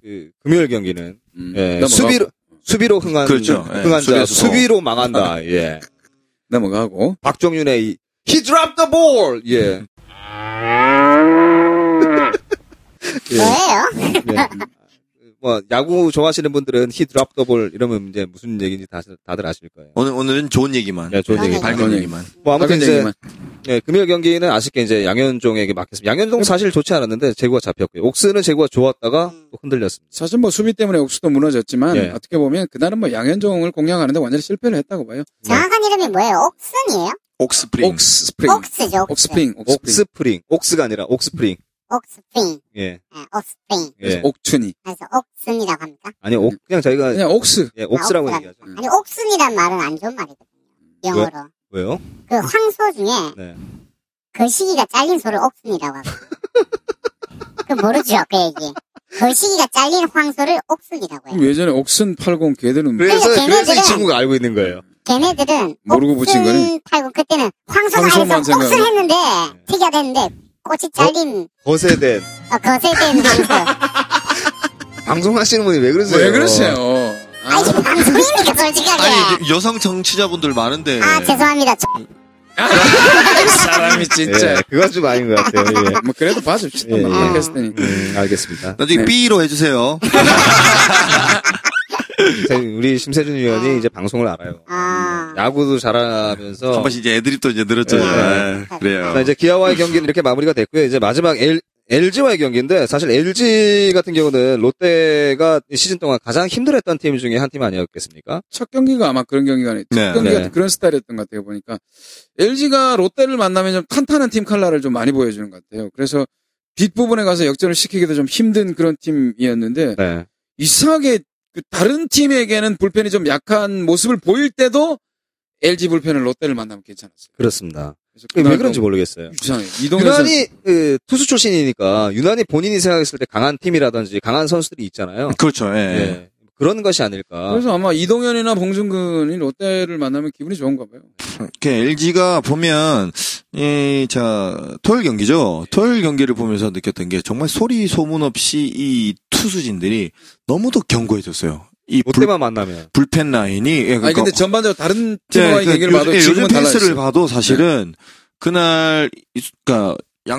A: 그 금요일 경기는
C: 음,
A: 예,
C: 넘어가고,
A: 수비로 수비로 흥한
D: 그렇죠. 예,
A: 흥한 자
D: 수비에서. 뭐. 아.
A: 수비로 망한다. 예.
C: 넘어가고
A: 박종윤의 이, He dropped the ball. 예. 예.
B: 뭐예요?
A: 예. 뭐 야구 좋아하시는 분들은 He dropped the ball 이러면 이제 무슨 얘기인지 다, 다들 아실 거예요.
D: 오늘, 오늘은 좋은 얘기만.
A: 예, 좋은 얘기.
D: 밝은
C: 좋은
D: 얘기만.
A: 뭐 아무튼
C: 작은
A: 이제
C: 얘기만.
A: 예, 금요일 경기는 아쉽게 이제 양현종에게 맡겼습니다. 양현종 사실 좋지 않았는데 제구가 잡혔고요. 옥스는 제구가 좋았다가 또 흔들렸습니다.
C: 사실 뭐 수비 때문에 옥수도 무너졌지만
A: 예.
C: 어떻게 보면 그날은 뭐 양현종을 공략하는데 완전히 실패를 했다고 봐요.
A: 네.
B: 정확한 이름이 뭐예요? 옥슨이에요?
D: 옥스프링.
C: 옥스 스프링,
B: 옥스죠. 옥스.
C: 옥스프링, 옥스프링,
A: 옥스프링. 옥스가 아니라 옥스프링.
B: 옥스프링.
A: 예.
B: 네, 옥스프링.
A: 예.
C: 옥춘이
B: 그래서 옥슨이라고 합니까?
A: 아니, 옥, 그냥 자기가
C: 그냥 옥스.
A: 예, 옥스라고
B: 아,
A: 얘기하죠.
B: 아니 옥슨이란 말은 안 좋은 말이거든요. 영어로.
A: 왜요?
B: 그 황소 중에 그
A: 네.
B: 거시기가 잘린 소를 옥순이라고 하고. 그 모르죠, 그 얘기. 거시기가 잘린 황소를 옥순이라고 해요.
C: 그럼 예전에 옥슨 80 걔들은 뭐
A: 그래서,
B: 그러니까
A: 그래서 이
B: 걔네들은-
A: 친구가 알고 있는 거예요.
B: 걔네들은
C: 모르고 붙인 거네.
B: 팔고 그때는 황소가
C: 황소만
B: 아니어서 옥순
C: 생각하고.
B: 했는데 튀겨 됐는데 꽃이 잘린
A: 거세된.
B: 어, 거세된 황소.
A: 방송하시는 분이 왜 그러세요?
C: 왜 그러세요?
B: 아 이게 방송입니까 솔직하게.
D: 아니, 네. 여성 정치자분들 많은데.
B: 아 죄송합니다. 저-
C: 아, 사람이 진짜.
A: 예, 그건 좀 아닌 것 같아요. 예.
C: 뭐 그래도 봐줍시다.
A: 예,
C: 뭐
A: 예.
C: 팟캐스트니.
A: 음, 알겠습니다.
D: 나중에 B로 해주세요.
A: 어. 자, 우리 심세준 위원이 이제 방송을 알아요.
B: 아.
A: 야구도 잘하면서
D: 한 번씩 이제 애드립도 이제 늘었죠.
A: 네.
D: 아, 그래요.
A: 자, 이제 기아와의 경기는 이렇게 마무리가 됐고요. 이제 마지막 L, LG와의 경기인데 사실 LG 같은 경우는 롯데가 이 시즌 동안 가장 힘들었던 팀 중에 한 팀 아니었겠습니까?
C: 첫 경기가 아마 그런 경기가 아니 첫
D: 네.
C: 경기가
A: 네.
C: 그런 스타일이었던 것 같아요 보니까 LG가 롯데를 만나면 좀 탄탄한 팀 칼라를 좀 많이 보여주는 것 같아요 그래서 뒷 부분에 가서 역전을 시키기도 좀 힘든 그런 팀이었는데
A: 네.
C: 이상하게 그 다른 팀에게는 불펜이 좀 약한 모습을 보일 때도 LG 불펜을 롯데를 만나면 괜찮았어요
A: 그렇습니다.
C: 그래서
A: 그게 왜
C: 그날
A: 그런지
C: 너무
A: 모르겠어요.
C: 이상해요 이동에서
A: 유난히 그, 투수 출신이니까 유난히 본인이 생각했을 때 강한 팀이라든지 강한 선수들이 있잖아요.
D: 그렇죠. 예.
A: 예. 그런 것이 아닐까.
C: 그래서 아마 이동현이나 봉준근이 롯데를 만나면 기분이 좋은가 봐요
D: LG가 보면 이, 자, 토요일 경기죠. 토요일 경기를 보면서 느꼈던 게 정말 소리 소문 없이 이 투수진들이 너무도 견고해졌어요. 이 불,
A: 롯데만 만나면
D: 불펜 라인이 예,
C: 아니
D: 그러니까
C: 근데 전반적으로 다른
D: 예,
C: 팀과의
D: 그러니까
C: 얘기를
D: 요-
C: 봐도
D: 예,
C: 지금은
D: 요즘 페이스를
C: 달라졌어요 네.
D: 봐도 사실은 그날 이- 그러니까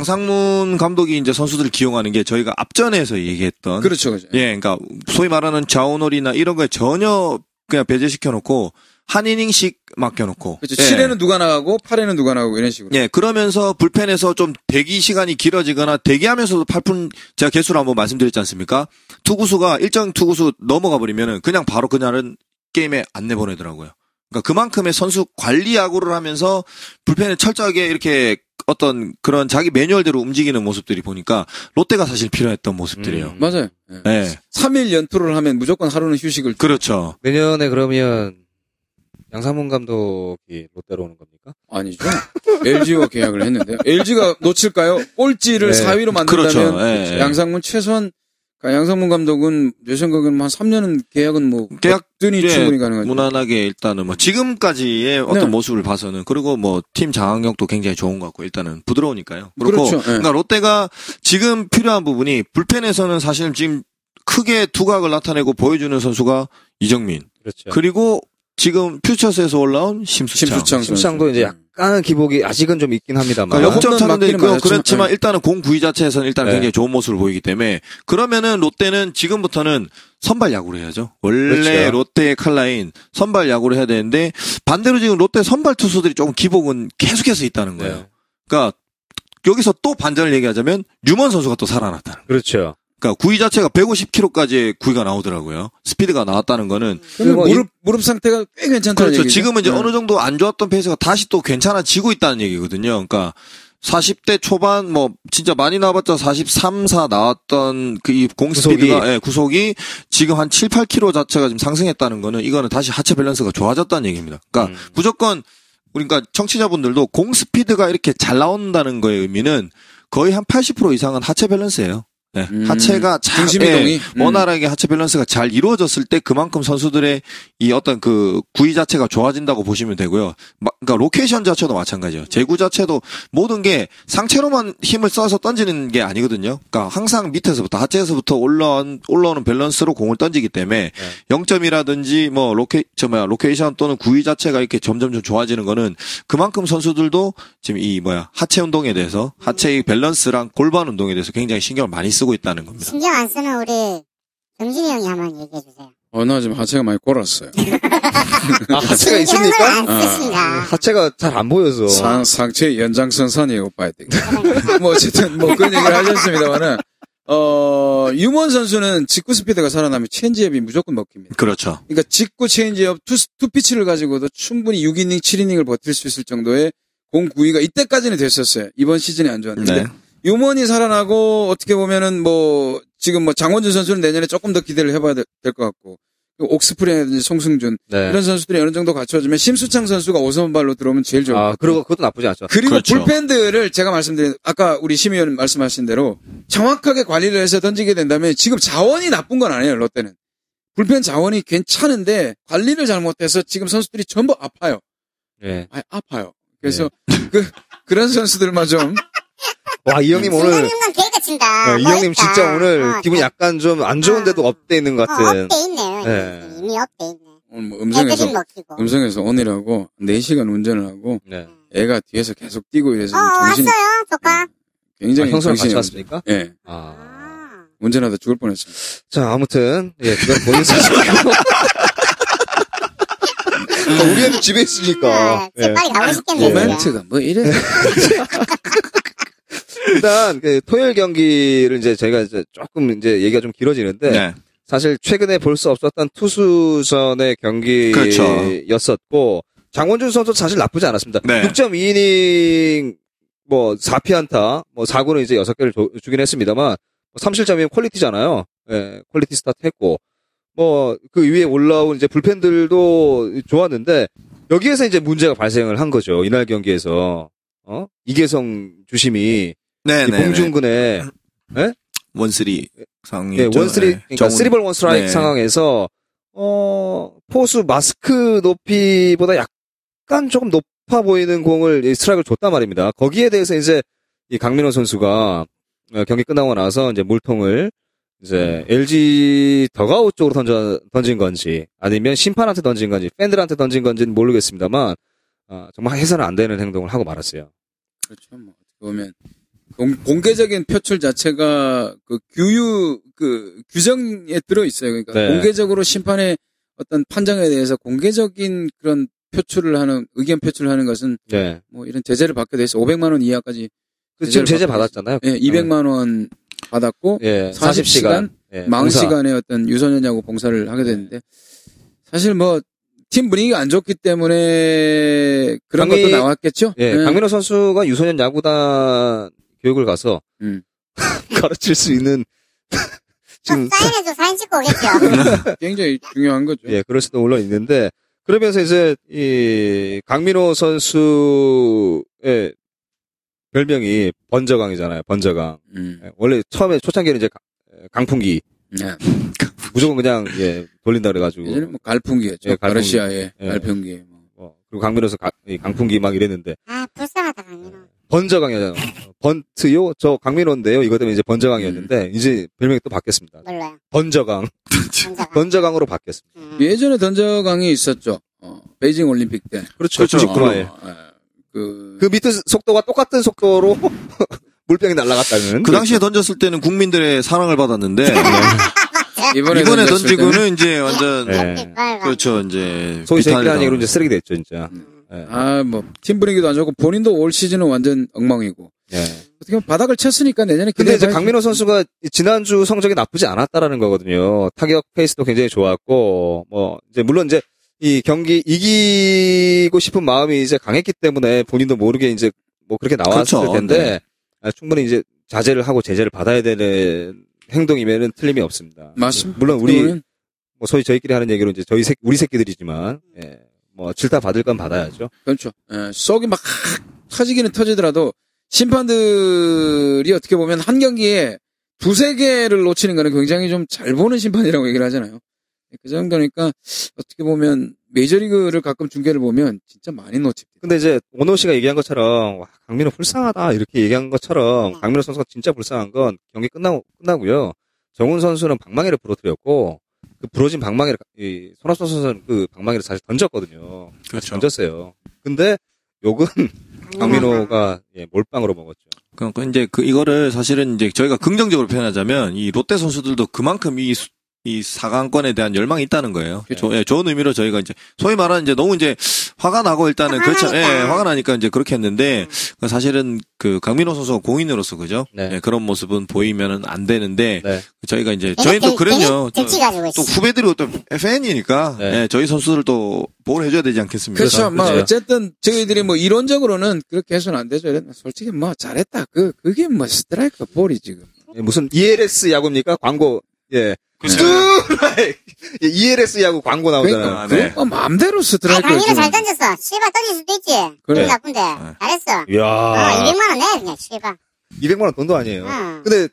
D: 양상문 감독이 이제 선수들을 기용하는 게 저희가 앞전에서 얘기했던
C: 그렇죠 그렇죠
D: 예, 그러니까 소위 말하는 자원놀이나 이런 거에 전혀 그냥 배제시켜 놓고 한 이닝씩 맡겨 놓고
C: 그렇죠. 7회는 누가 나가고 8회는 누가 나가고 이런 식으로.
D: 예, 그러면서 불펜에서 좀 대기 시간이 길어지거나 대기하면서도 8분 제가 개수를 한번 말씀드렸지 않습니까? 투구수가 일정 투구수 넘어가 버리면은 그냥 바로 그날은 게임에 안 내보내더라고요. 그러니까 그만큼의 선수 관리 야구를 하면서 불펜에 철저하게 이렇게 어떤 그런 자기 매뉴얼대로 움직이는 모습들이 보니까 롯데가 사실 필요했던 모습들이에요.
A: 음.
C: 맞아요. 예.
D: 예.
C: 3일 연투를 하면 무조건 하루는 휴식을
D: 그렇죠.
A: 내년에 그러면 양상문 감독이 롯데로 오는 겁니까?
C: 아니죠. LG와 계약을 했는데 LG가 놓칠까요? 꼴찌를
A: 네.
C: 4위로 만든다면
D: 그렇죠. 예, 예.
C: 양상문 최소한 그러니까 양상문 감독은 내 생각에는 뭐 한 3년은 계약은 뭐
D: 계약,
C: 든이
D: 예,
C: 충분히 가능하죠.
D: 무난하게 일단은 뭐 지금까지의 어떤
C: 네.
D: 모습을 봐서는 그리고 뭐 팀 장악력도 굉장히 좋은 것 같고 일단은 부드러우니까요. 그렇고
C: 그렇죠. 예.
D: 그러니까 롯데가 지금 필요한 부분이 불펜에서는 사실 지금 크게 두각을 나타내고 보여주는 선수가 이정민
A: 그렇죠.
D: 그리고 지금 퓨처스에서 올라온 네. 심수창.
C: 심수창 선수.
A: 심상도 이제 약간 기복이 아직은 좀 있긴 합니다만.
D: 그러니까
C: 아,
D: 역전
C: 홈런
D: 차는데
C: 맞기는
D: 있고요.
C: 맞았지만,
D: 그렇지만
C: 네.
D: 일단은 공 구위 자체에서는 일단
A: 네.
D: 굉장히 좋은 모습을 보이기 때문에 그러면은 롯데는 지금부터는 선발 야구를 해야죠. 원래
A: 그렇죠.
D: 롯데의 칼라인 선발 야구를 해야 되는데 반대로 지금 롯데 선발 투수들이 조금 기복은 계속해서 있다는 거예요.
A: 네.
D: 그러니까 여기서 또 반전을 얘기하자면 유먼 선수가 또 살아났다는. 거예요.
A: 그렇죠.
D: 그러니까 구위 자체가 150km까지의 구위가 나오더라고요. 스피드가 나왔다는 거는
C: 그러면
A: 그리고
C: 무릎 무릎 상태가 꽤 괜찮다는
D: 그렇죠.
C: 얘기죠.
D: 지금은 이제
C: 네.
D: 어느 정도 안 좋았던 페이스가 다시 또 괜찮아지고 있다는 얘기거든요. 그러니까 40대 초반 뭐 진짜 많이 나와봤자 43, 4 나왔던 그 이
A: 구속이.
D: 공스피드가 예, 구속이 지금 한 7, 8km 자체가 지금 상승했다는 거는 이거는 다시 하체 밸런스가 좋아졌다는 얘기입니다.
C: 음.
D: 그러니까 무조건 그러니까 청취자분들도 공스피드가 이렇게 잘 나온다는 거의 의미는 거의 한 80% 이상은 하체 밸런스예요. 예,
C: 음.
D: 하체가 잘
C: 중심
D: 예,
C: 이동이? 음.
D: 원활하게 하체 밸런스가 잘 이루어졌을 때 그만큼 선수들의 이 어떤 그 구위 자체가 좋아진다고 보시면 되고요. 마- 그러니까 로케이션 자체도 마찬가지예요. 제구 자체도 모든 게 상체로만 힘을 써서 던지는 게 아니거든요. 그러니까 항상 밑에서부터 하체에서부터 올라온 올라오는 밸런스로 공을 던지기
C: 네.
D: 때문에 영점이라든지 뭐 로케 저 뭐야 로케이션 또는 구위 자체가 이렇게 점점 좀 좋아지는 거는 그만큼 선수들도 지금 이 뭐야 하체 운동에 대해서 하체의 밸런스랑 골반 운동에 대해서 굉장히 신경을 많이 쓰고 있다는 겁니다.
B: 신경 안 쓰는 우리 경진이 형이 한번 얘기해 주세요.
C: 어, 나 지금 하체가 많이 꼴았어요.
A: 아,
B: 그
A: 하체가 있습니까? 네, 어.
B: 신경을 안 쓰신다.
A: 하체가 잘 안
D: 뭐.
A: 보여서.
C: 상, 상체 연장선선이에요, 오빠야. 뭐, 어쨌든, 뭐, 그런 얘기를 하셨습니다만은, 어, 유먼 선수는 직구 스피드가 살아나면 체인지업이 무조건 먹힙니다.
D: 그렇죠.
C: 그러니까 직구 체인지업 투, 투피치를 가지고도 충분히 6이닝, 7이닝을 버틸 수 있을 정도의 공 구위가 이때까지는 됐었어요. 이번 시즌이 안 좋았는데.
D: 네.
C: 유먼이 살아나고 어떻게 보면은 뭐 지금 뭐 장원준 선수는 내년에 조금 더 기대를 해봐야 될 것 같고 그 옥스프레이라든지 송승준
A: 네.
C: 이런 선수들이 어느 정도 갖춰지면 심수창 선수가 오선발로 들어오면 제일 좋을 것
A: 아,
C: 같아요.
A: 그리고 그것도 나쁘지 않죠.
C: 그리고
D: 그렇죠.
C: 불펜들을 제가 말씀드린 아까 우리 심 의원 말씀하신 대로 정확하게 관리를 해서 던지게 된다면 지금 자원이 나쁜 건 아니에요 롯데는 불펜 자원이 괜찮은데 관리를 잘못해서 지금 선수들이 전부 아파요.
A: 네.
C: 아 아파요. 그래서 그 그런 선수들만 좀
A: 와, 이
B: 음.
A: 형님 오늘,
B: 이형님과 개가 친다.
A: 네, 이
B: 뭐
A: 형님
B: 있다.
A: 진짜 오늘
B: 어,
A: 기분이 약간 좀 안 좋은데도 업돼 있는 것
B: 어,
A: 같은.
B: 업돼 있네요.
A: 네.
B: 이미 업돼 있네.
C: 오늘 뭐
B: 애들이
C: 음성에서
B: 먹히고.
C: 음성에서 오늘하고 4시간 운전을 하고
A: 네.
B: 음.
C: 애가 뒤에서 계속 뛰고 이래서
B: 어, 어,
C: 정신이 음.
B: 왔어요, 조카.
A: 아,
C: 굉장히
A: 형수랑 같이
C: 정신이
A: 왔습니까?
C: 예.
A: 아.
B: 아.
C: 운전하다 죽을 뻔했습니다.
A: 자, 아무튼, 예, 그건 본인 사실이고. 아, 우리 애도 집에 있으니까.
B: 아, 진짜
A: 예.
B: 빨리 가고 싶겠네요. 지금.
C: 뭐 이래.
A: 일단, 그 토요일 경기를 이제 저희가 이제 조금 이제 얘기가 좀 길어지는데.
D: 네.
A: 사실 최근에 볼 수 없었던 투수전의
D: 그렇죠.
A: 경기였었고 장원준 선수 사실 나쁘지 않았습니다.
D: 네.
A: 6.2이닝 뭐 4피안타 뭐 4구는 이제 6개를 주긴 했습니다만 뭐, 3실점이면 퀄리티잖아요. 예, 퀄리티 스타트 했고 뭐 그 위에 올라온 이제 불펜들도 좋았는데 여기에서 이제 문제가 발생을 한 거죠. 이날 경기에서 어? 이계성 주심이
D: 네,
A: 이 봉준근의
D: 원쓰리 상위.
A: 예, 원스리 그러니까 쓰리볼 원 스트라이크
D: 네.
A: 상황에서 어 포수 마스크 높이보다 약간 조금 높아 보이는 공을 이 스트라이크를 줬단 말입니다. 거기에 대해서 이제 이 강민호 선수가 어, 경기 끝나고 나서 이제 물통을 이제
C: 음.
A: LG 더가웃 쪽으로 던져, 던진 건지 아니면 심판한테 던진 건지 팬들한테 던진 건지는 모르겠습니다만 어, 정말 해서는 안 되는 행동을 하고 말았어요.
C: 그렇죠. 뭐 어떻게 보면 공- 공개적인 표출 자체가 그 규유 그 규정에 들어 있어요. 그러니까
A: 네.
C: 공개적으로 심판의 어떤 판정에 대해서 공개적인 그런 표출을 하는 의견 표출을 하는 것은
A: 네.
C: 뭐 이런 제재를 받게 돼 있어. 500만 원 이하까지
A: 그 지금 제재
C: 제재를
A: 받았잖아요.
C: 예, 200만 원 받았고
A: 예,
C: 40시간?
A: 예,
C: 망
A: 봉사.
C: 시간에 어떤 유소년 야구 봉사를 하게 됐는데 사실 뭐 팀 분위기가 안 좋기 때문에 그런
A: 강민-
C: 것도 나왔겠죠.
A: 예,
C: 네.
A: 강민호 선수가 유소년 야구단 교육을 가서
C: 음.
A: 가르칠 수 있는
B: 저
A: 지금 네.
B: 사인해줘, 사인 찍고 오겠죠.
C: 굉장히 중요한 거죠.
A: 예 그럴 수도 예, 물론 있는데 그러면서 이제 이 강민호 선수의 별명이 번저강이잖아요. 번저강.
C: 음.
A: 예, 원래 처음에 초창기는 이제 가- 예, 강풍기
C: 예.
A: 무조건 그냥 예 돌린다 그래가지고
C: 예전에 뭐 갈풍기였죠.
A: 예, 갈풍기.
C: 러시아의
A: 예.
C: 갈풍기. 뭐.
A: 어, 그리고 강민호 선수 가- 이 강풍기 막 이랬는데
B: 아, 불쌍하다, 강민호.
A: 번저강이잖아요. 번트요 저 강민호인데요. 이것 때문에 이제
C: 음.
A: 번저강이었는데 이제 별명이 또 바뀌었습니다.
B: 몰라요.
A: 번저강
B: 혼자가.
A: 번저강으로 바뀌었습니다.
B: 음.
C: 예전에 던저강이 있었죠. 어, 베이징 올림픽 때.
A: 그렇죠.
C: 어,
A: 직구에
C: 예. 그,
A: 그 밑에 속도가 똑같은 속도로 물병이 날아갔다는
D: 그 당시에 던졌을 때는 국민들의 사랑을 받았는데
C: 이번에,
D: 이번에
C: 던졌을 때는
D: 던지고는 이제 완전
A: 예.
B: 햇빛 빨간.
D: 그렇죠 이제
A: 소위 제끼는
D: 비탈이다.
A: 얘기로 이제 쓰레기 됐죠 진짜. 예.
C: 아, 뭐, 팀 분위기도 안 좋고, 본인도 올 시즌은 완전 엉망이고.
A: 예.
C: 어떻게 보면 바닥을 쳤으니까 내년에
A: 근데 이제
C: 기대해봐야지.
A: 강민호 선수가 지난주 성적이 나쁘지 않았다라는 거거든요. 타격 페이스도 굉장히 좋았고, 뭐, 이제 물론 이제 이 경기 이기고 싶은 마음이 이제 강했기 때문에 본인도 모르게 이제 뭐 그렇게 나왔을
D: 그렇죠.
A: 텐데,
D: 네.
A: 아, 충분히 이제 자제를 하고 제재를 받아야 되는 행동이면은 틀림이 없습니다.
C: 맞습니다.
A: 물론 우리,
C: 그거는
A: 뭐 소위 저희끼리 하는 얘기로 이제 저희 새, 우리 새끼들이지만, 예. 뭐 질타 받을 건 받아야죠.
C: 그렇죠. 예, 속이 막 터지기는 터지더라도 심판들이 어떻게 보면 한 경기에 두세 개를 놓치는 거는 굉장히 좀 잘 보는 심판이라고 얘기를 하잖아요. 그 정도니까 어떻게 보면 메이저리그를 가끔 중계를 보면 진짜 많이 놓칩니다.
A: 근데 이제 원호 씨가 얘기한 것처럼 와, 강민호 불쌍하다 이렇게 얘기한 것처럼 강민호 선수가 진짜 불쌍한 건 경기 끝나고 끝나고요. 정훈 선수는 방망이를 부러뜨렸고 그 부러진 방망이를 이, 손아섭 선수는 그 방망이를 사실 던졌거든요.
D: 그렇죠.
A: 던졌어요. 근데 욕은 강민호가 예, 몰빵으로 먹었죠.
D: 그러니까 이제 그 이거를 사실은 이제 저희가 긍정적으로 표현하자면 이 롯데 선수들도 그만큼 이 수- 이 사강권에 대한 열망이 있다는 거예요. 조- 예, 좋은 의미로 저희가 이제 소위 말하는 이제 너무 이제 화가 나고 일단은 그렇죠. 예,
B: 화나니까. 음.
D: 화가 나니까 이제 그렇게 했는데 사실은 그 강민호 선수가 공인으로서 그죠.
A: 네.
D: 예, 그런 모습은 보이면은 안 되는데
A: 네.
D: 저희가 이제 저희도 그럼요. 또,
B: 치 가지고
D: 또
B: 있어.
D: 후배들이 또 팬이니까
A: 네.
D: 예, 저희 선수들 또 보호를 해줘야 되지 않겠습니까?
C: 그렇죠. 뭐
A: 그렇죠.
C: 어쨌든 저희들이 뭐 이론적으로는 그렇게 해서는 안 되죠. 솔직히 뭐 잘했다. 그 그게 뭐 스트라이크 볼이 지금.
A: 예, 무슨 ELS 야구입니까? 광고 예.
D: 그렇죠.
A: 스트라이크! 예, ELS 야구 광고 나오잖아요.
C: 그러니까
D: 네.
C: 그거 마음대로
B: 아,
C: 스트라이크.
B: 강민호 잘 던졌어. 씨발 던질 수도 있지. 기분
C: 그래. 네.
B: 나쁜데. 잘했어. 아,
A: 이야.
B: 200만원 내, 그냥, 씨발.
A: 200만 원 돈도 아니에요.
B: 응.
A: 근데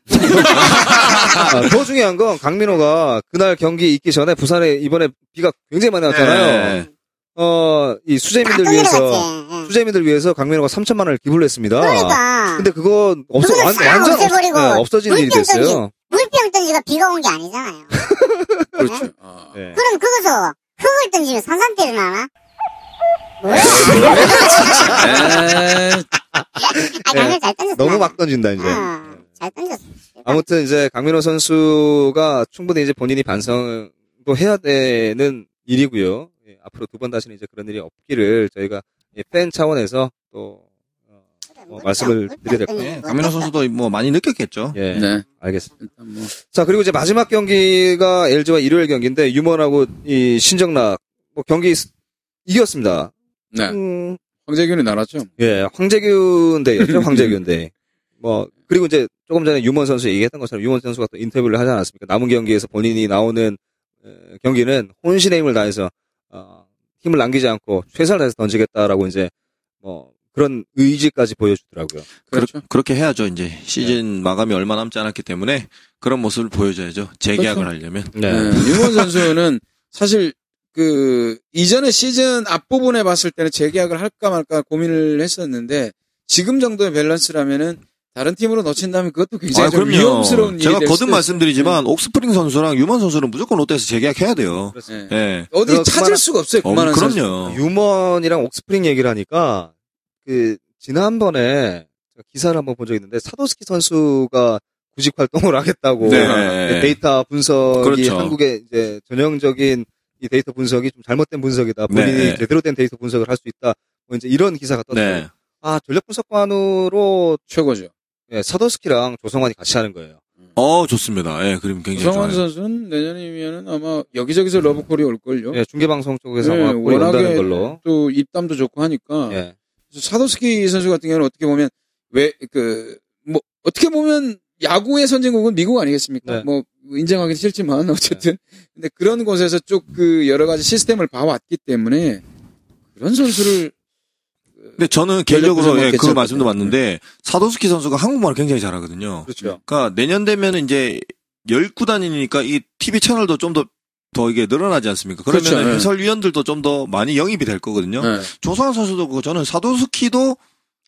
A: 아, 더 중요한 건 강민호가 그날 경기 있기 전에 부산에 이번에 비가 굉장히 많이 왔잖아요.
D: 예.
A: 어, 이 수재민들
B: 나쁜 일에
A: 위해서
B: 갔지. 예.
A: 수재민들 위해서 강민호가 3천만 원을 기부를 했습니다.
B: 그러니까.
A: 근데 그거 없어
B: 그거는
A: 완,
B: 싹
A: 완전 없,
B: 없애버리고
A: 네, 없어지는 일이
B: 물병 던지.
A: 됐어요.
B: 물병 던지가 비가 온 게 아니잖아요.
C: 그렇죠. 아.
A: 네.
B: 그럼 그거서 흙을 던지면 산산대를 나나? 뭐야?
A: 네.
C: 에이,
B: 아, 강민호 잘 던졌어.
A: 네. 너무 막 던진다 이제.
B: 어, 잘 던졌어.
A: 아무튼 이제 강민호 선수가 충분히 이제 본인이 반성도 해야 되는 일이고요. 예, 앞으로 두 번 다시는 이제 그런 일이 없기를 저희가 예, 팬 차원에서 또 어, 뭐 말씀을 드려야 될것
B: 네.
D: 예, 강민호 선수도 뭐 많이 느꼈겠죠.
A: 예,
C: 네.
A: 알겠습니다.
C: 일단 뭐
A: 자, 그리고 이제 마지막 경기가 LG와 일요일 경기인데 유먼하고 이 신정락 뭐 경기 스- 이겼습니다.
C: 네.
A: 음,
C: 황재균이 날았죠.
A: 예, 황재균 대였죠. 황재균 대. 뭐 그리고 이제 조금 전에 유먼 선수 얘기했던 것처럼 유먼 선수가 또 인터뷰를 하지 않았습니까? 남은 경기에서 본인이 나오는 에, 경기는 혼신의 힘을 다해서 어, 힘을 남기지 않고 최선을 다해서 던지겠다라고 이제 뭐 그런 의지까지 보여주더라고요.
C: 그렇죠. 네.
D: 그렇게 해야죠. 이제 시즌 마감이 얼마 남지 않았기 때문에 그런 모습을 보여줘야죠. 재계약을 하려면.
C: 네. 유원 선수는 사실 그 이전에 시즌 앞부분에 봤을 때는 재계약을 할까 말까 고민을 했었는데 지금 정도의 밸런스라면은 다른 팀으로 놓친다면 그것도 굉장히
D: 아,
C: 좀
D: 그럼요.
C: 위험스러운 일이
D: 제가
C: 될
D: 거듭
C: 수도
D: 말씀드리지만 옥스프링 선수랑 유먼 선수는 무조건 롯데에서 재계약해야 돼요.
C: 있어요. 예.
D: 예.
C: 어디
A: 그렇구나.
C: 찾을 수가 없어요.
D: 어,
C: 그만한 선수.
D: 그럼요.
A: 유먼이랑 옥스프링 얘기를 하니까 그 지난번에 제가 기사를 한번 본 적이 있는데 사도스키 선수가 구직 활동을 하겠다고 그
D: 네.
A: 데이터 분석이
D: 그렇죠.
A: 한국의 이제 전형적인 이 데이터 분석이 좀 잘못된 분석이다. 본인이
D: 네.
A: 제대로 된 데이터 분석을 할 수 있다. 뭐 이제 이런 기사가 떴어요.
D: 네.
A: 아 전략 분석관으로
C: 최고죠.
A: 예, 사도스키랑 조성환이 같이 하는 거예요.
D: 어, 좋습니다. 예, 그림 굉장히
C: 성환
D: 좋아요.
C: 선수는 내년이면은 아마 여기저기서 러브콜이 올 걸요.
A: 예, 중계방송 쪽에서
C: 네,
A: 아마 골이
C: 워낙에
A: 온다는 걸로.
C: 또 입담도 좋고 하니까
A: 예.
C: 사도스키 선수 같은 경우는 어떻게 보면 왜 그 뭐 어떻게 보면 야구의 선진국은 미국 아니겠습니까?
A: 네.
C: 뭐 인정하기 싫지만 어쨌든 근데 그런 곳에서 쭉 그 여러 가지 시스템을 봐왔기 때문에 그런 선수를
D: 근데 저는 개인적으로
C: 전략
D: 예, 그
C: 괜찮을
D: 말씀도
C: 것 같아요. 네.
D: 맞는데 사도스키 선수가 한국말을 굉장히 잘하거든요.
C: 그렇죠.
D: 그러니까 내년 되면 이제 열 구단이니까 이 TV 채널도 좀 더 더 이게 늘어나지 않습니까? 그러면
C: 그렇죠, 예.
D: 해설위원들도 좀 더 많이 영입이 될
C: 네.
D: 거거든요. 조성환 선수도 그거 저는 사도스키도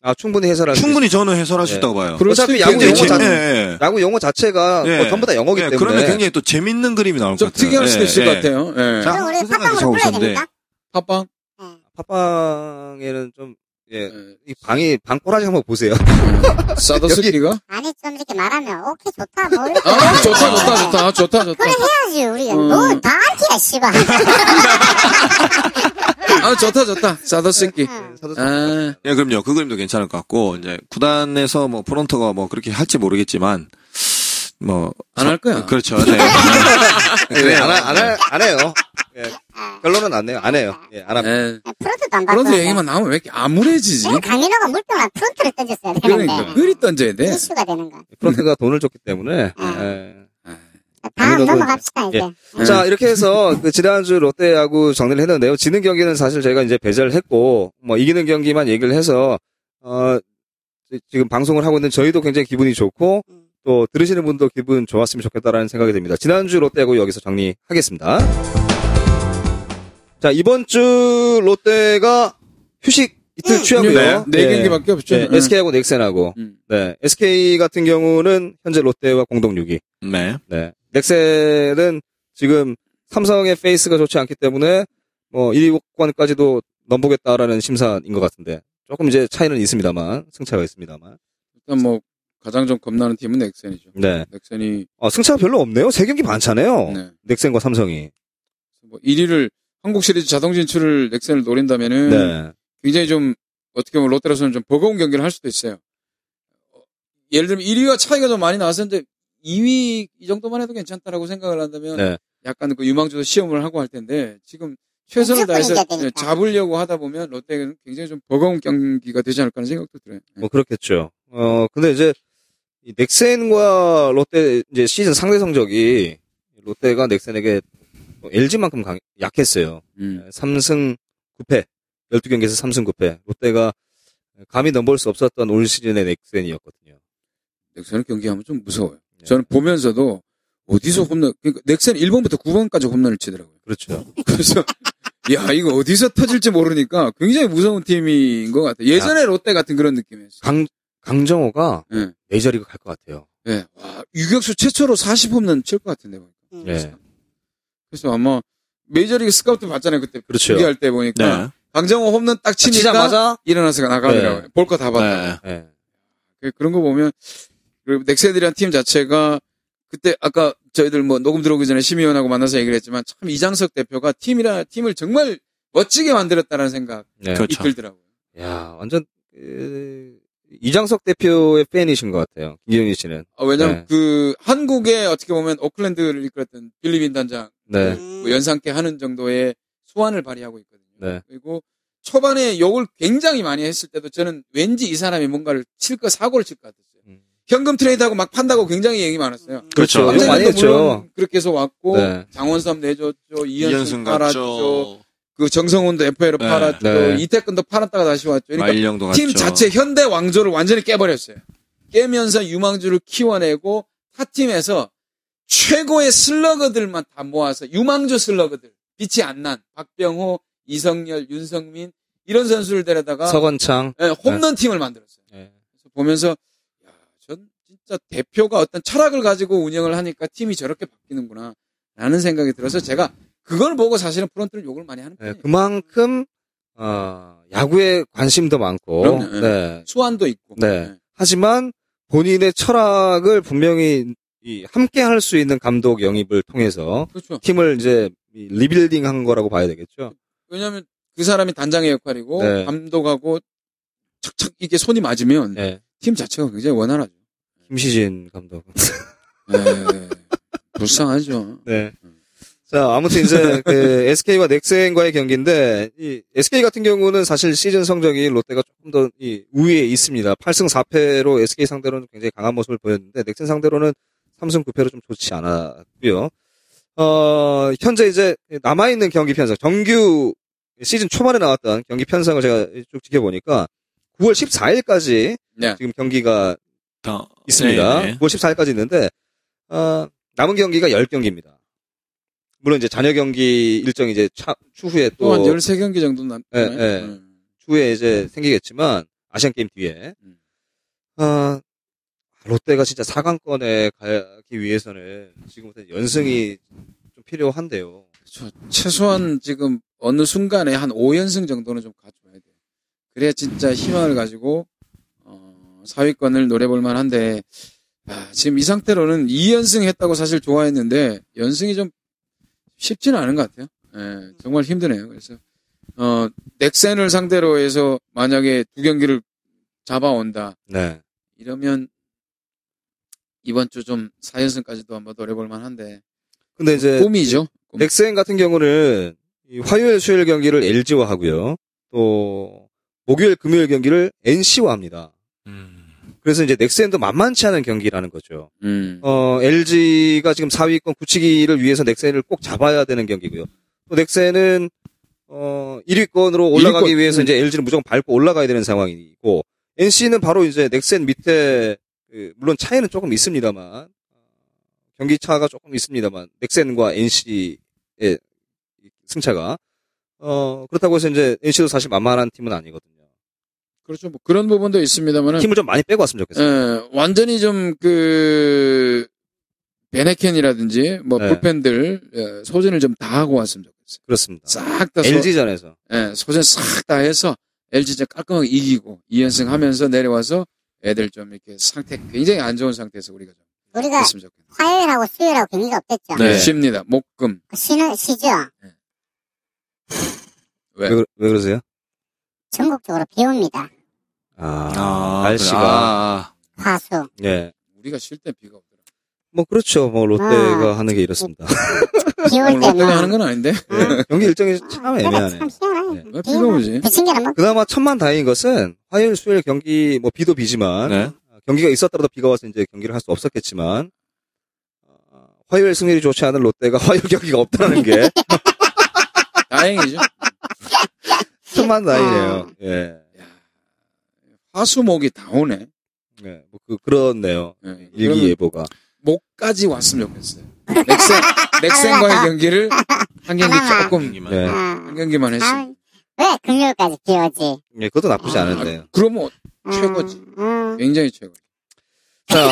A: 아 충분히 해설할 수
D: 충분히 저는 해설할 수
A: 예.
D: 있다고 봐요.
C: 그럴
A: 어차피
C: 수도
A: 야구
C: 있겠네요.
A: 영어
D: 재-
A: 잘-
C: 예.
D: 예,
A: 야구 용어 자체가
D: 예.
A: 뭐 전부 다 영어기
D: 예,
A: 때문에
D: 그러면 굉장히 또 재밌는 그림이 나올
C: 좀
D: 것 같아요.
C: 특이할 수도
D: 예,
C: 있을
D: 예.
C: 것 같아요. 예.
D: 자,
B: 그럼 우리
D: 그 생각이
B: 팟빵으로 불러야
D: 저우선데.
B: 됩니까?
C: 팟빵.
B: 예.
A: 팟빵에는
D: 네.
A: 좀예
C: 예.
A: 이 방이 방꼬라지 한번 보세요.
C: 사도스키가
B: 아니 좀 이렇게 말하면 오케이 좋다 뭐 이렇게
C: 아 좋다 좋다 좋다 좋다 좋다.
B: 그래 해야지 우리가 뭐,
C: 음.
B: 너다 안티야 씨발
C: 아 좋다 좋다 사도스키.
B: 응.
A: 네, 사도스-
C: 아
D: 예, 그럼요. 그 그림도 괜찮을 것 같고, 이제, 구단에서 뭐, 프론터가 뭐, 그렇게 할지 모르겠지만, 뭐.
C: 안 할 거야.
D: 그렇죠. 네.
A: 예, 안, 하- 안, 하- 안 해요. 예. 결론은 안 내요. 안 해요. 예, 안 합니다.
C: 예.
B: 아, 프론트도 안 받고
C: 그런데 얘기만 나오면 왜 이렇게 암울해지지?
B: 왜 강민호가 물병을 프론트를 어, 던졌어야 되는데
C: 그러니까 그리 던져야 돼.
B: 이슈가 되는 거
A: 프런트가 돈을 줬기 때문에.
B: 아.
A: 예.
B: 다음
A: 강민호도-
B: 넘어갑시다 이제
C: 예.
A: 자, 이렇게 해서 그 지난주 롯데하고 정리를 했는데요. 지는 경기는 사실 저희가 이제 배제를 했고, 뭐 이기는 경기만 얘기를 해서, 어, 지- 지금 방송을 하고 있는 저희도 굉장히 기분이 좋고, 또 들으시는 분도 기분 좋았으면 좋겠다라는 생각이 듭니다. 지난주 롯데하고 여기서 정리하겠습니다. 자, 이번 주 롯데가 휴식 이틀 취하고요.
C: 네
A: 예.
C: 경기밖에 없죠.
A: 네,
C: 예.
A: SK하고 넥센하고.
C: 음.
A: 네, SK 같은 경우는 현재 롯데와 공동 6위.
D: 네.
A: 네. 넥셀은 지금 삼성의 페이스가 좋지 않기 때문에 뭐 1위권까지도 넘보겠다라는 심사인 것 같은데 조금 이제 차이는 있습니다만 승차가 있습니다만
C: 일단 뭐 가장 좀 겁나는 팀은 넥센이죠.
A: 네
C: 넥센이
A: 어, 승차가 별로 없네요 세 경기 반차네요
C: 네.
A: 넥센과 삼성이
C: 뭐 1위를 한국 시리즈 자동 진출을 넥센을 노린다면은
A: 네
C: 굉장히 좀 어떻게 보면 롯데로서는 좀 버거운 경기를 할 수도 있어요. 어, 예를 들면 1위와 차이가 좀 많이 나왔는데 2위 이 정도만 해도 괜찮다라고 생각을 한다면
A: 네.
C: 약간 그 유망주도 시험을 하고 할 텐데 지금 최선을 다해서 네,
B: 무조건 이겨야 되니까.
C: 잡으려고 하다 보면 롯데는 굉장히 좀 버거운 경기가 되지 않을까 하는 생각도 들어요. 네.
A: 뭐 그렇겠죠 어 근데 이제 이 넥센과 롯데 이제 시즌 상대 성적이 롯데가 넥센에게 뭐 LG만큼 강, 약했어요
C: 음.
A: 3승 9패. 12경기에서 3승 9패. 롯데가 감히 넘볼 수 없었던 올 시즌의 넥센이었거든요.
C: 넥센을 경기하면 좀 무서워요.
A: 네.
C: 저는 보면서도 어디서 홈런, 그러니까 넥센 1번부터 9번까지 홈런을 치더라고요.
A: 그렇죠.
C: 그래서, 야, 이거 어디서 터질지 모르니까 굉장히 무서운 팀인 것 같아요. 예전에 롯데 같은 그런 느낌이었어요.
A: 강, 강정호가
C: 예.
A: 메이저리그 갈 것 같아요.
C: 예. 와, 유격수 최초로 40홈런 칠 것 같은데. 보니까.
B: 음.
A: 네.
C: 그래서 아마 메이저리그 스카우트 봤잖아요. 그때.
A: 그렇죠.
C: 할때 보니까.
D: 네.
C: 강정호 홈런 딱 치니까.
A: 치자마자?
C: 일어나서 나가더라고요.
A: 네.
C: 볼 거 다 봤다.
D: 네.
A: 예.
C: 그- 그런 거 보면 그 넥센이라는 팀 자체가 그때 아까 저희들 뭐 녹음 들어오기 전에 심의원하고 만나서 얘기를 했지만 참 이장석 대표가 팀이라 팀을 정말 멋지게 만들었다는 생각이
A: 네.
D: 그렇죠.
C: 들더라고요.
A: 야, 완전, 그, 이장석 대표의 팬이신 것 같아요. 김기훈이 씨는.
C: 아, 왜냐면
A: 네.
C: 그 한국에 어떻게 보면 오클랜드를 이끌었던 빌리빈 단장
A: 네.
B: 음.
C: 뭐 연상케 하는 정도의 소환을 발휘하고 있거든요.
A: 네.
C: 그리고 초반에 욕을 굉장히 많이 했을 때도 저는 왠지 이 사람이 뭔가를 칠 거 사고를 칠 것 같았어요.
A: 음.
C: 현금 트레이드하고 막 판다고 굉장히 얘기 많았어요.
A: 그렇죠.
C: 박재민도
A: 욕 많이 했죠.
C: 물론 그렇게 해서 왔고
A: 네.
C: 장원삼 내줬죠. 이현승
D: 이현승
C: 팔았죠.
D: 같죠.
C: 그 정성훈도 FA로
D: 네.
C: 팔았죠.
A: 네.
C: 이태근도 팔았다가 다시 왔죠. 그러니까
D: 마일령도 같죠.
C: 팀 자체 현대 왕조를 완전히 깨버렸어요. 깨면서 유망주를 키워내고 타 팀에서 최고의 슬러거들만 다 모아서 유망주 슬러거들 빛이 안 난 박병호, 이성열, 윤성민 이런 선수를 데려다가
A: 서건창.
C: 예, 홈런 팀을 만들었어요.
A: 네.
C: 그래서 보면서 야, 전 진짜 대표가 어떤 철학을 가지고 운영을 하니까 팀이 저렇게 바뀌는구나 라는 생각이 들어서 제가 그걸 보고 사실은 프론트를 욕을 많이 하는
A: 음. 네,
C: 편이에요.
A: 그만큼, 어, 야구에 관심도 많고.
C: 그럼요.
A: 네.
C: 수완도 있고.
A: 네.
C: 예.
A: 하지만 본인의 철학을 분명히 이 함께 할 수 있는 감독 영입을 통해서
C: 그렇죠.
A: 팀을 이제 이 리빌딩 한 거라고 봐야 되겠죠.
C: 왜냐하면 그 사람이 단장의 역할이고
A: 네.
C: 감독하고 착착 이게 손이 맞으면
A: 네.
C: 팀 자체가 굉장히 원활하죠. 네.
A: 김시진 감독.
C: 예. 불쌍하죠.
A: 네. 자, 아무튼 이제 그 SK와 넥센과의 경기인데 이 SK 같은 경우는 사실 시즌 성적이 롯데가 조금 더 이 우위에 있습니다. 8승 4패로 SK 상대로는 굉장히 강한 모습을 보였는데 넥센 상대로는 3승 9패로 좀 좋지 않았고요. 어, 현재 이제 남아 있는 경기 편성 정규 시즌 초반에 나왔던 경기 편성을 제가 쭉 지켜보니까 9월 14일까지
C: 네.
A: 지금 경기가
D: 더-
A: 있습니다.
D: 네, 네.
A: 9월 14일까지 있는데, 어, 남은 경기가 10경기입니다. 물론 이제 잔여 경기 일정이 이제 차- 추후에 또,
C: 어, 또한 13경기 정도 남, 네.
A: 예, 예. 추후에 이제 생기겠지만, 아시안게임 뒤에.
C: 음.
A: 아, 롯데가 진짜 4강권에 가기 위해서는 지금부터 연승이 좀 필요한데요.
C: 그렇죠. 최소한 지금 어느 순간에 한 5연승 정도는 좀 가져야 돼요. 그래야 진짜 희망을 가지고 어, 4위권을 노려볼 만한데 아, 지금 이 상태로는 2연승 했다고 사실 좋아했는데 연승이 좀 쉽지는 않은 것 같아요. 예, 정말 힘드네요. 그래서 어, 넥센을 상대로 해서 만약에 두 경기를 잡아온다.
A: 네.
C: 이러면 이번 주 좀 4연승까지도 한번 노려볼 만한데
A: 근데 이제,
C: 꿈이죠. 꿈.
A: 넥센 같은 경우는 이 화요일 수요일 경기를 LG와 하고요. 또, 목요일 금요일 경기를 NC와 합니다.
D: 음.
A: 그래서 이제 넥센도 만만치 않은 경기라는 거죠.
C: 음.
A: 어, LG가 지금 4위권 굳히기를 위해서 넥센을 꼭 잡아야 되는 경기고요. 또 넥센은 어, 1위권으로 올라가기
C: 1위권.
A: 위해서
C: 음.
A: 이제 LG는 무조건 밟고 올라가야 되는 상황이고 NC는 바로 이제 넥센 밑에 그, 물론 차이는 조금 있습니다만 경기 차가 조금 있습니다만 넥센과 NC의 승차가 어, 그렇다고 해서 이제 NC도 사실 만만한 팀은 아니거든요.
C: 그렇죠. 뭐 그런 부분도 있습니다만은
A: 팀을 좀 많이 빼고 왔으면 좋겠어요.
C: 예, 완전히 좀 그 베네켄이라든지 뭐
A: 네.
C: 불펜들 예, 소진을 좀 다 하고 왔으면 좋겠어요.
A: 그렇습니다.
C: 싹다
A: LG전에서
C: 예, 소진 싹 다 해서 LG 이제 깔끔하게 이기고 2연승 하면서 내려와서 애들 좀 이렇게 상태 굉장히 안 좋은 상태에서 우리가 좀
B: 우리가
C: 했으면 좋겠네요.
B: 화요일하고 수요일하고 경기가 없겠죠. 그
A: 네.
C: 쉽니다. 목금.
B: 쉬는, 쉬죠.
C: 네.
A: 왜, 그러- 왜 그러세요?
B: 전국적으로 비 옵니다.
A: 아,
D: 아,
A: 날씨가
D: 아,
B: 화수.
A: 예.
C: 우리가 쉴 때 비가 오더라.
A: 뭐 그렇죠. 뭐 롯데가
B: 아.
A: 하는 게 이렇습니다.
B: 비 올
A: 아,
C: 오늘 롯데가
B: 때만.
C: 하는 건 아닌데
A: 예. 경기 일정이 참
B: 내가
A: 애매하네.
B: 뭐. 네. 아, 참 희한해.
C: 왜 비가 오지?
B: 비친 게는 뭐,
A: 그나마 천만 다행인 것은 화요일 수요일 경기 뭐 비도
D: 아.
A: 비지만
D: 네.
A: 경기가 있었더라도 비가 와서 이제 경기를 할 수 없었겠지만 어, 화요일 승률이 좋지 않은 롯데가 화요일 경기가 없다는 게
C: 다행이죠.
A: 천만
B: 아.
A: 다행이네요. 예.
C: 야, 화수목이 다 오네.
A: 예. 뭐 그, 그렇네요.
C: 예, 그러면
A: 일기예보가.
C: 목까지 왔으면 좋겠어요. 넥센, 넥센과의 경기를 한 경기
B: 하나만.
C: 조금,
D: 네.
C: 네.
A: 예.
B: 아,
C: 한 경기만 했어요.
B: 아, 왜 금요일까지 비 오지?
A: 예, 그것도 나쁘지
B: 아,
A: 않은데요.
C: 그러면
B: 음,
C: 최고지.
B: 음.
C: 굉장히 최고.
A: 자,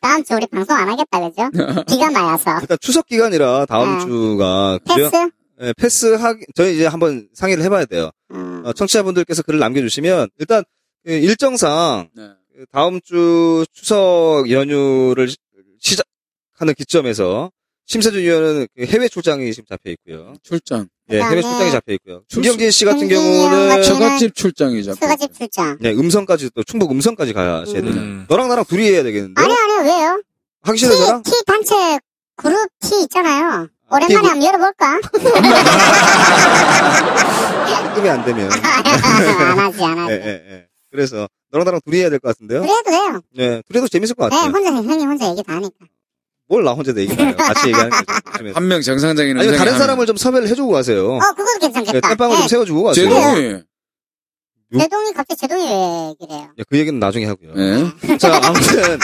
B: 다음 주 우리 방송 안 하겠다, 그죠? 비가 많이 와서.
A: 일단 추석 기간이라 다음
B: 아.
A: 주가 그죠?
B: 패스?
A: 예, 패스하기 저희 이제 한번 상의를 해봐야 돼요.
B: 음.
A: 어, 청취자분들께서 글을 남겨주시면 일단 그 일정상
C: 네.
A: 그 다음 주 추석 연휴를 시- 시작하는 기점에서 심세준 위원은 그 해외 출장이 지금 잡혀 있고요.
C: 출장.
A: 예, 해외
B: 그다음에
A: 출장이 잡혀 있고요. 김경진 씨 같은
B: 김경진
A: 경우는
B: 같은-
C: 처갓집 출장이죠.
B: 수거집 출장.
A: 네, 음성까지 또 충북 음성까지 가야 되잖
D: 음.
A: 너랑 나랑 둘이 해야 되겠는데?
B: 아니, 아니, 왜요?
A: 하기
B: 티,
A: 싫어 저랑?
B: 티 단체 그룹 티 있잖아요.
A: 아, 티
B: 오랜만에
A: 그룹.
B: 한번 열어볼까?
A: 꿈이 안 되면.
B: 안 하지, 안
A: 예,
B: 하지.
A: 예, 예. 그래서 너랑 나랑 둘이 해야 될 것 같은데요?
B: 그래도 돼요.
A: 예, 둘이 해도 재밌을 것
B: 네,
A: 같아요.
B: 혼자, 형이 혼자 얘기 다 하니까.
A: 뭘 나 혼자 내기해요. 같이 얘기하는 거죠. 좀 해서.
C: 한 명 정상적인
A: 아니
C: 의상에
A: 다른
C: 하면.
A: 사람을 좀 섭외를 해주고 가세요.
B: 어, 그것도
A: 예,
B: 괜찮겠다.
A: 땜빵을 좀
B: 네,
A: 세워주고 가세요.
C: 제동이.
A: 세-
B: 제동이 갑자기 제동이 왜 그래요?
A: 예, 그 얘기는 나중에 하고요.
C: 예.
A: 자 아무튼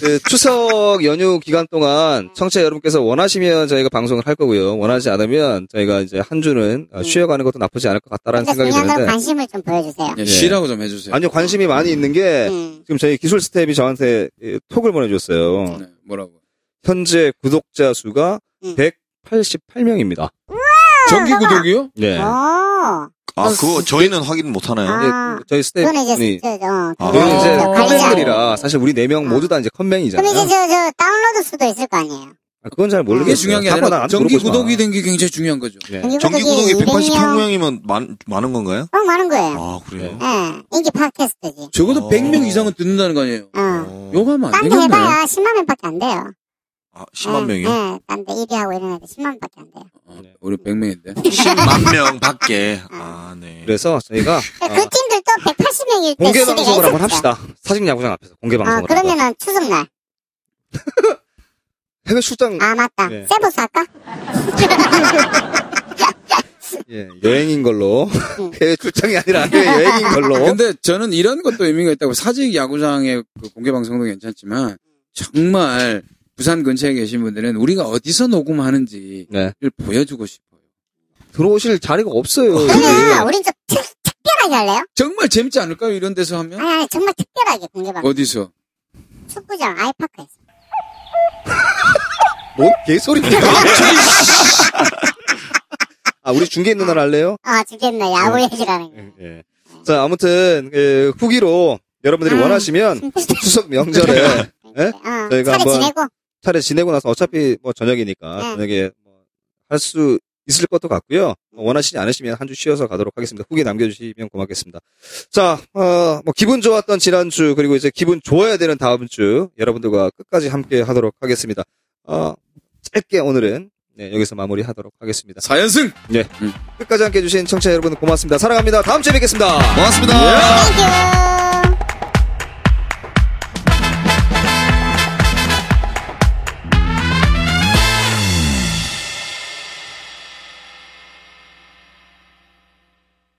A: 그 추석 연휴 기간 동안 청취자 여러분께서 원하시면 저희가 방송을 할 거고요. 원하지 않으면 저희가 이제 한 주는
B: 음.
A: 어, 쉬어가는 것도 나쁘지 않을 것 같다라는
B: 근데
A: 생각이
B: 중요한 건
A: 드는데
B: 관심을 좀 보여주세요.
C: 예, 쉬라고 좀 해주세요.
A: 아니요 관심이 많이 있는 게
B: 음.
A: 지금 저희 기술 스텝이 저한테 예, 톡을 보내줬어요.
C: 네, 뭐라고.
A: 현재 구독자 수가
B: 음.
A: 188명입니다.
C: 정기 구독이요?
A: 네.
B: 오,
D: 아, 그거 저희는 확인 못 하나요?
B: 아,
A: 저희 스텝이
B: 그거는 이제, 저, 저, 어,
D: 아.
A: 저희는 네. 이제
C: 아.
A: 컴맹들이라 사실 우리 네
B: 아.
A: 명 모두 다 이제
B: 그럼 이제
A: 컴맹이잖아요.
B: 저, 저, 다운로드 수도 있을 거 아니에요?
A: 아, 그건 잘 모르겠어요.
C: 그게 중요한 게
A: 자꾸
C: 아니라
A: 나한테
C: 정기
A: 물어보지 마.
C: 구독이 된 게 굉장히 중요한 거죠.
A: 네.
B: 그러니까
D: 정기 구독이
B: 188명.
D: 188명이면 많, 많은 건가요?
B: 어, 많은 거예요.
D: 아, 그래요?
B: 예, 인기 팟캐스트지.
C: 적어도
D: 어.
C: 100명 이상은 듣는다는 거 아니에요.
B: 어.
D: 어.
C: 요거하면 안
B: 딴 거
C: 되겠네.
B: 해봐야 10만 명밖에 안 돼요.
D: 아, 10만 명이요?
B: 응, 딴데 1위하고 이런 애들 10만 밖에 안 돼요.
C: 어, 우리 100명인데.
D: 10만 명 밖에. 아, 네.
A: 그래서 저희가
B: 그
A: 어,
B: 팀들도 180명일 때
A: 공개
B: 시리가
A: 방송을 한번
B: 있었죠.
A: 합시다. 사직 야구장 앞에서 공개
B: 어,
A: 방송을. 한번.
B: 그러면은 추석날.
A: 해외 출장
B: 아, 맞다.
A: 예.
B: 세보스 할까?
A: 예, 여행인 걸로 해외 출장이 아니라 해외 여행인 걸로.
C: 근데 저는 이런 것도 의미가 있다고 사직 야구장의 그 공개 방송도 괜찮지만 정말 부산 근처에 계신 분들은 우리가 어디서 녹음하는지를
A: 네.
C: 보여주고 싶어요.
A: 들어오실 자리가 없어요.
B: 아니야,
A: 여기.
B: 우린 좀 특, 특별하게 할래요?
C: 정말 재밌지 않을까요? 이런 데서 하면?
B: 아니, 아니, 정말 특별하게 공개방.
C: 어디서?
B: 축구장 아이파크에서.
A: 뭔 개소리입니까? 아, 우리 중계 있는 날 할래요?
B: 아, 죽겠네. 야구 얘기라는 거.
A: 예. 자, 아무튼 그 후기로 여러분들이
B: 아,
A: 원하시면 추석 명절에 예?
B: 어,
A: 저희가
B: 차례
A: 한번-
B: 지내고.
A: 차례 지내고 나서 어차피 뭐 저녁이니까
B: 네.
A: 저녁에 뭐 할 수 있을 것도 같고요. 뭐 원하시지 않으시면 한 주 쉬어서 가도록 하겠습니다. 후기 남겨주시면 고맙겠습니다. 자, 어, 뭐 기분 좋았던 지난주 그리고 이제 기분 좋아야 되는 다음 주 여러분들과 끝까지 함께 하도록 하겠습니다. 어, 짧게 오늘은 네, 여기서 마무리하도록 하겠습니다.
C: 사연승!
A: 끝까지 함께 해주신 청취자 여러분 고맙습니다. 예! 사랑합니다. 다음 주에 뵙겠습니다.
D: 고맙습니다.
B: 땡큐!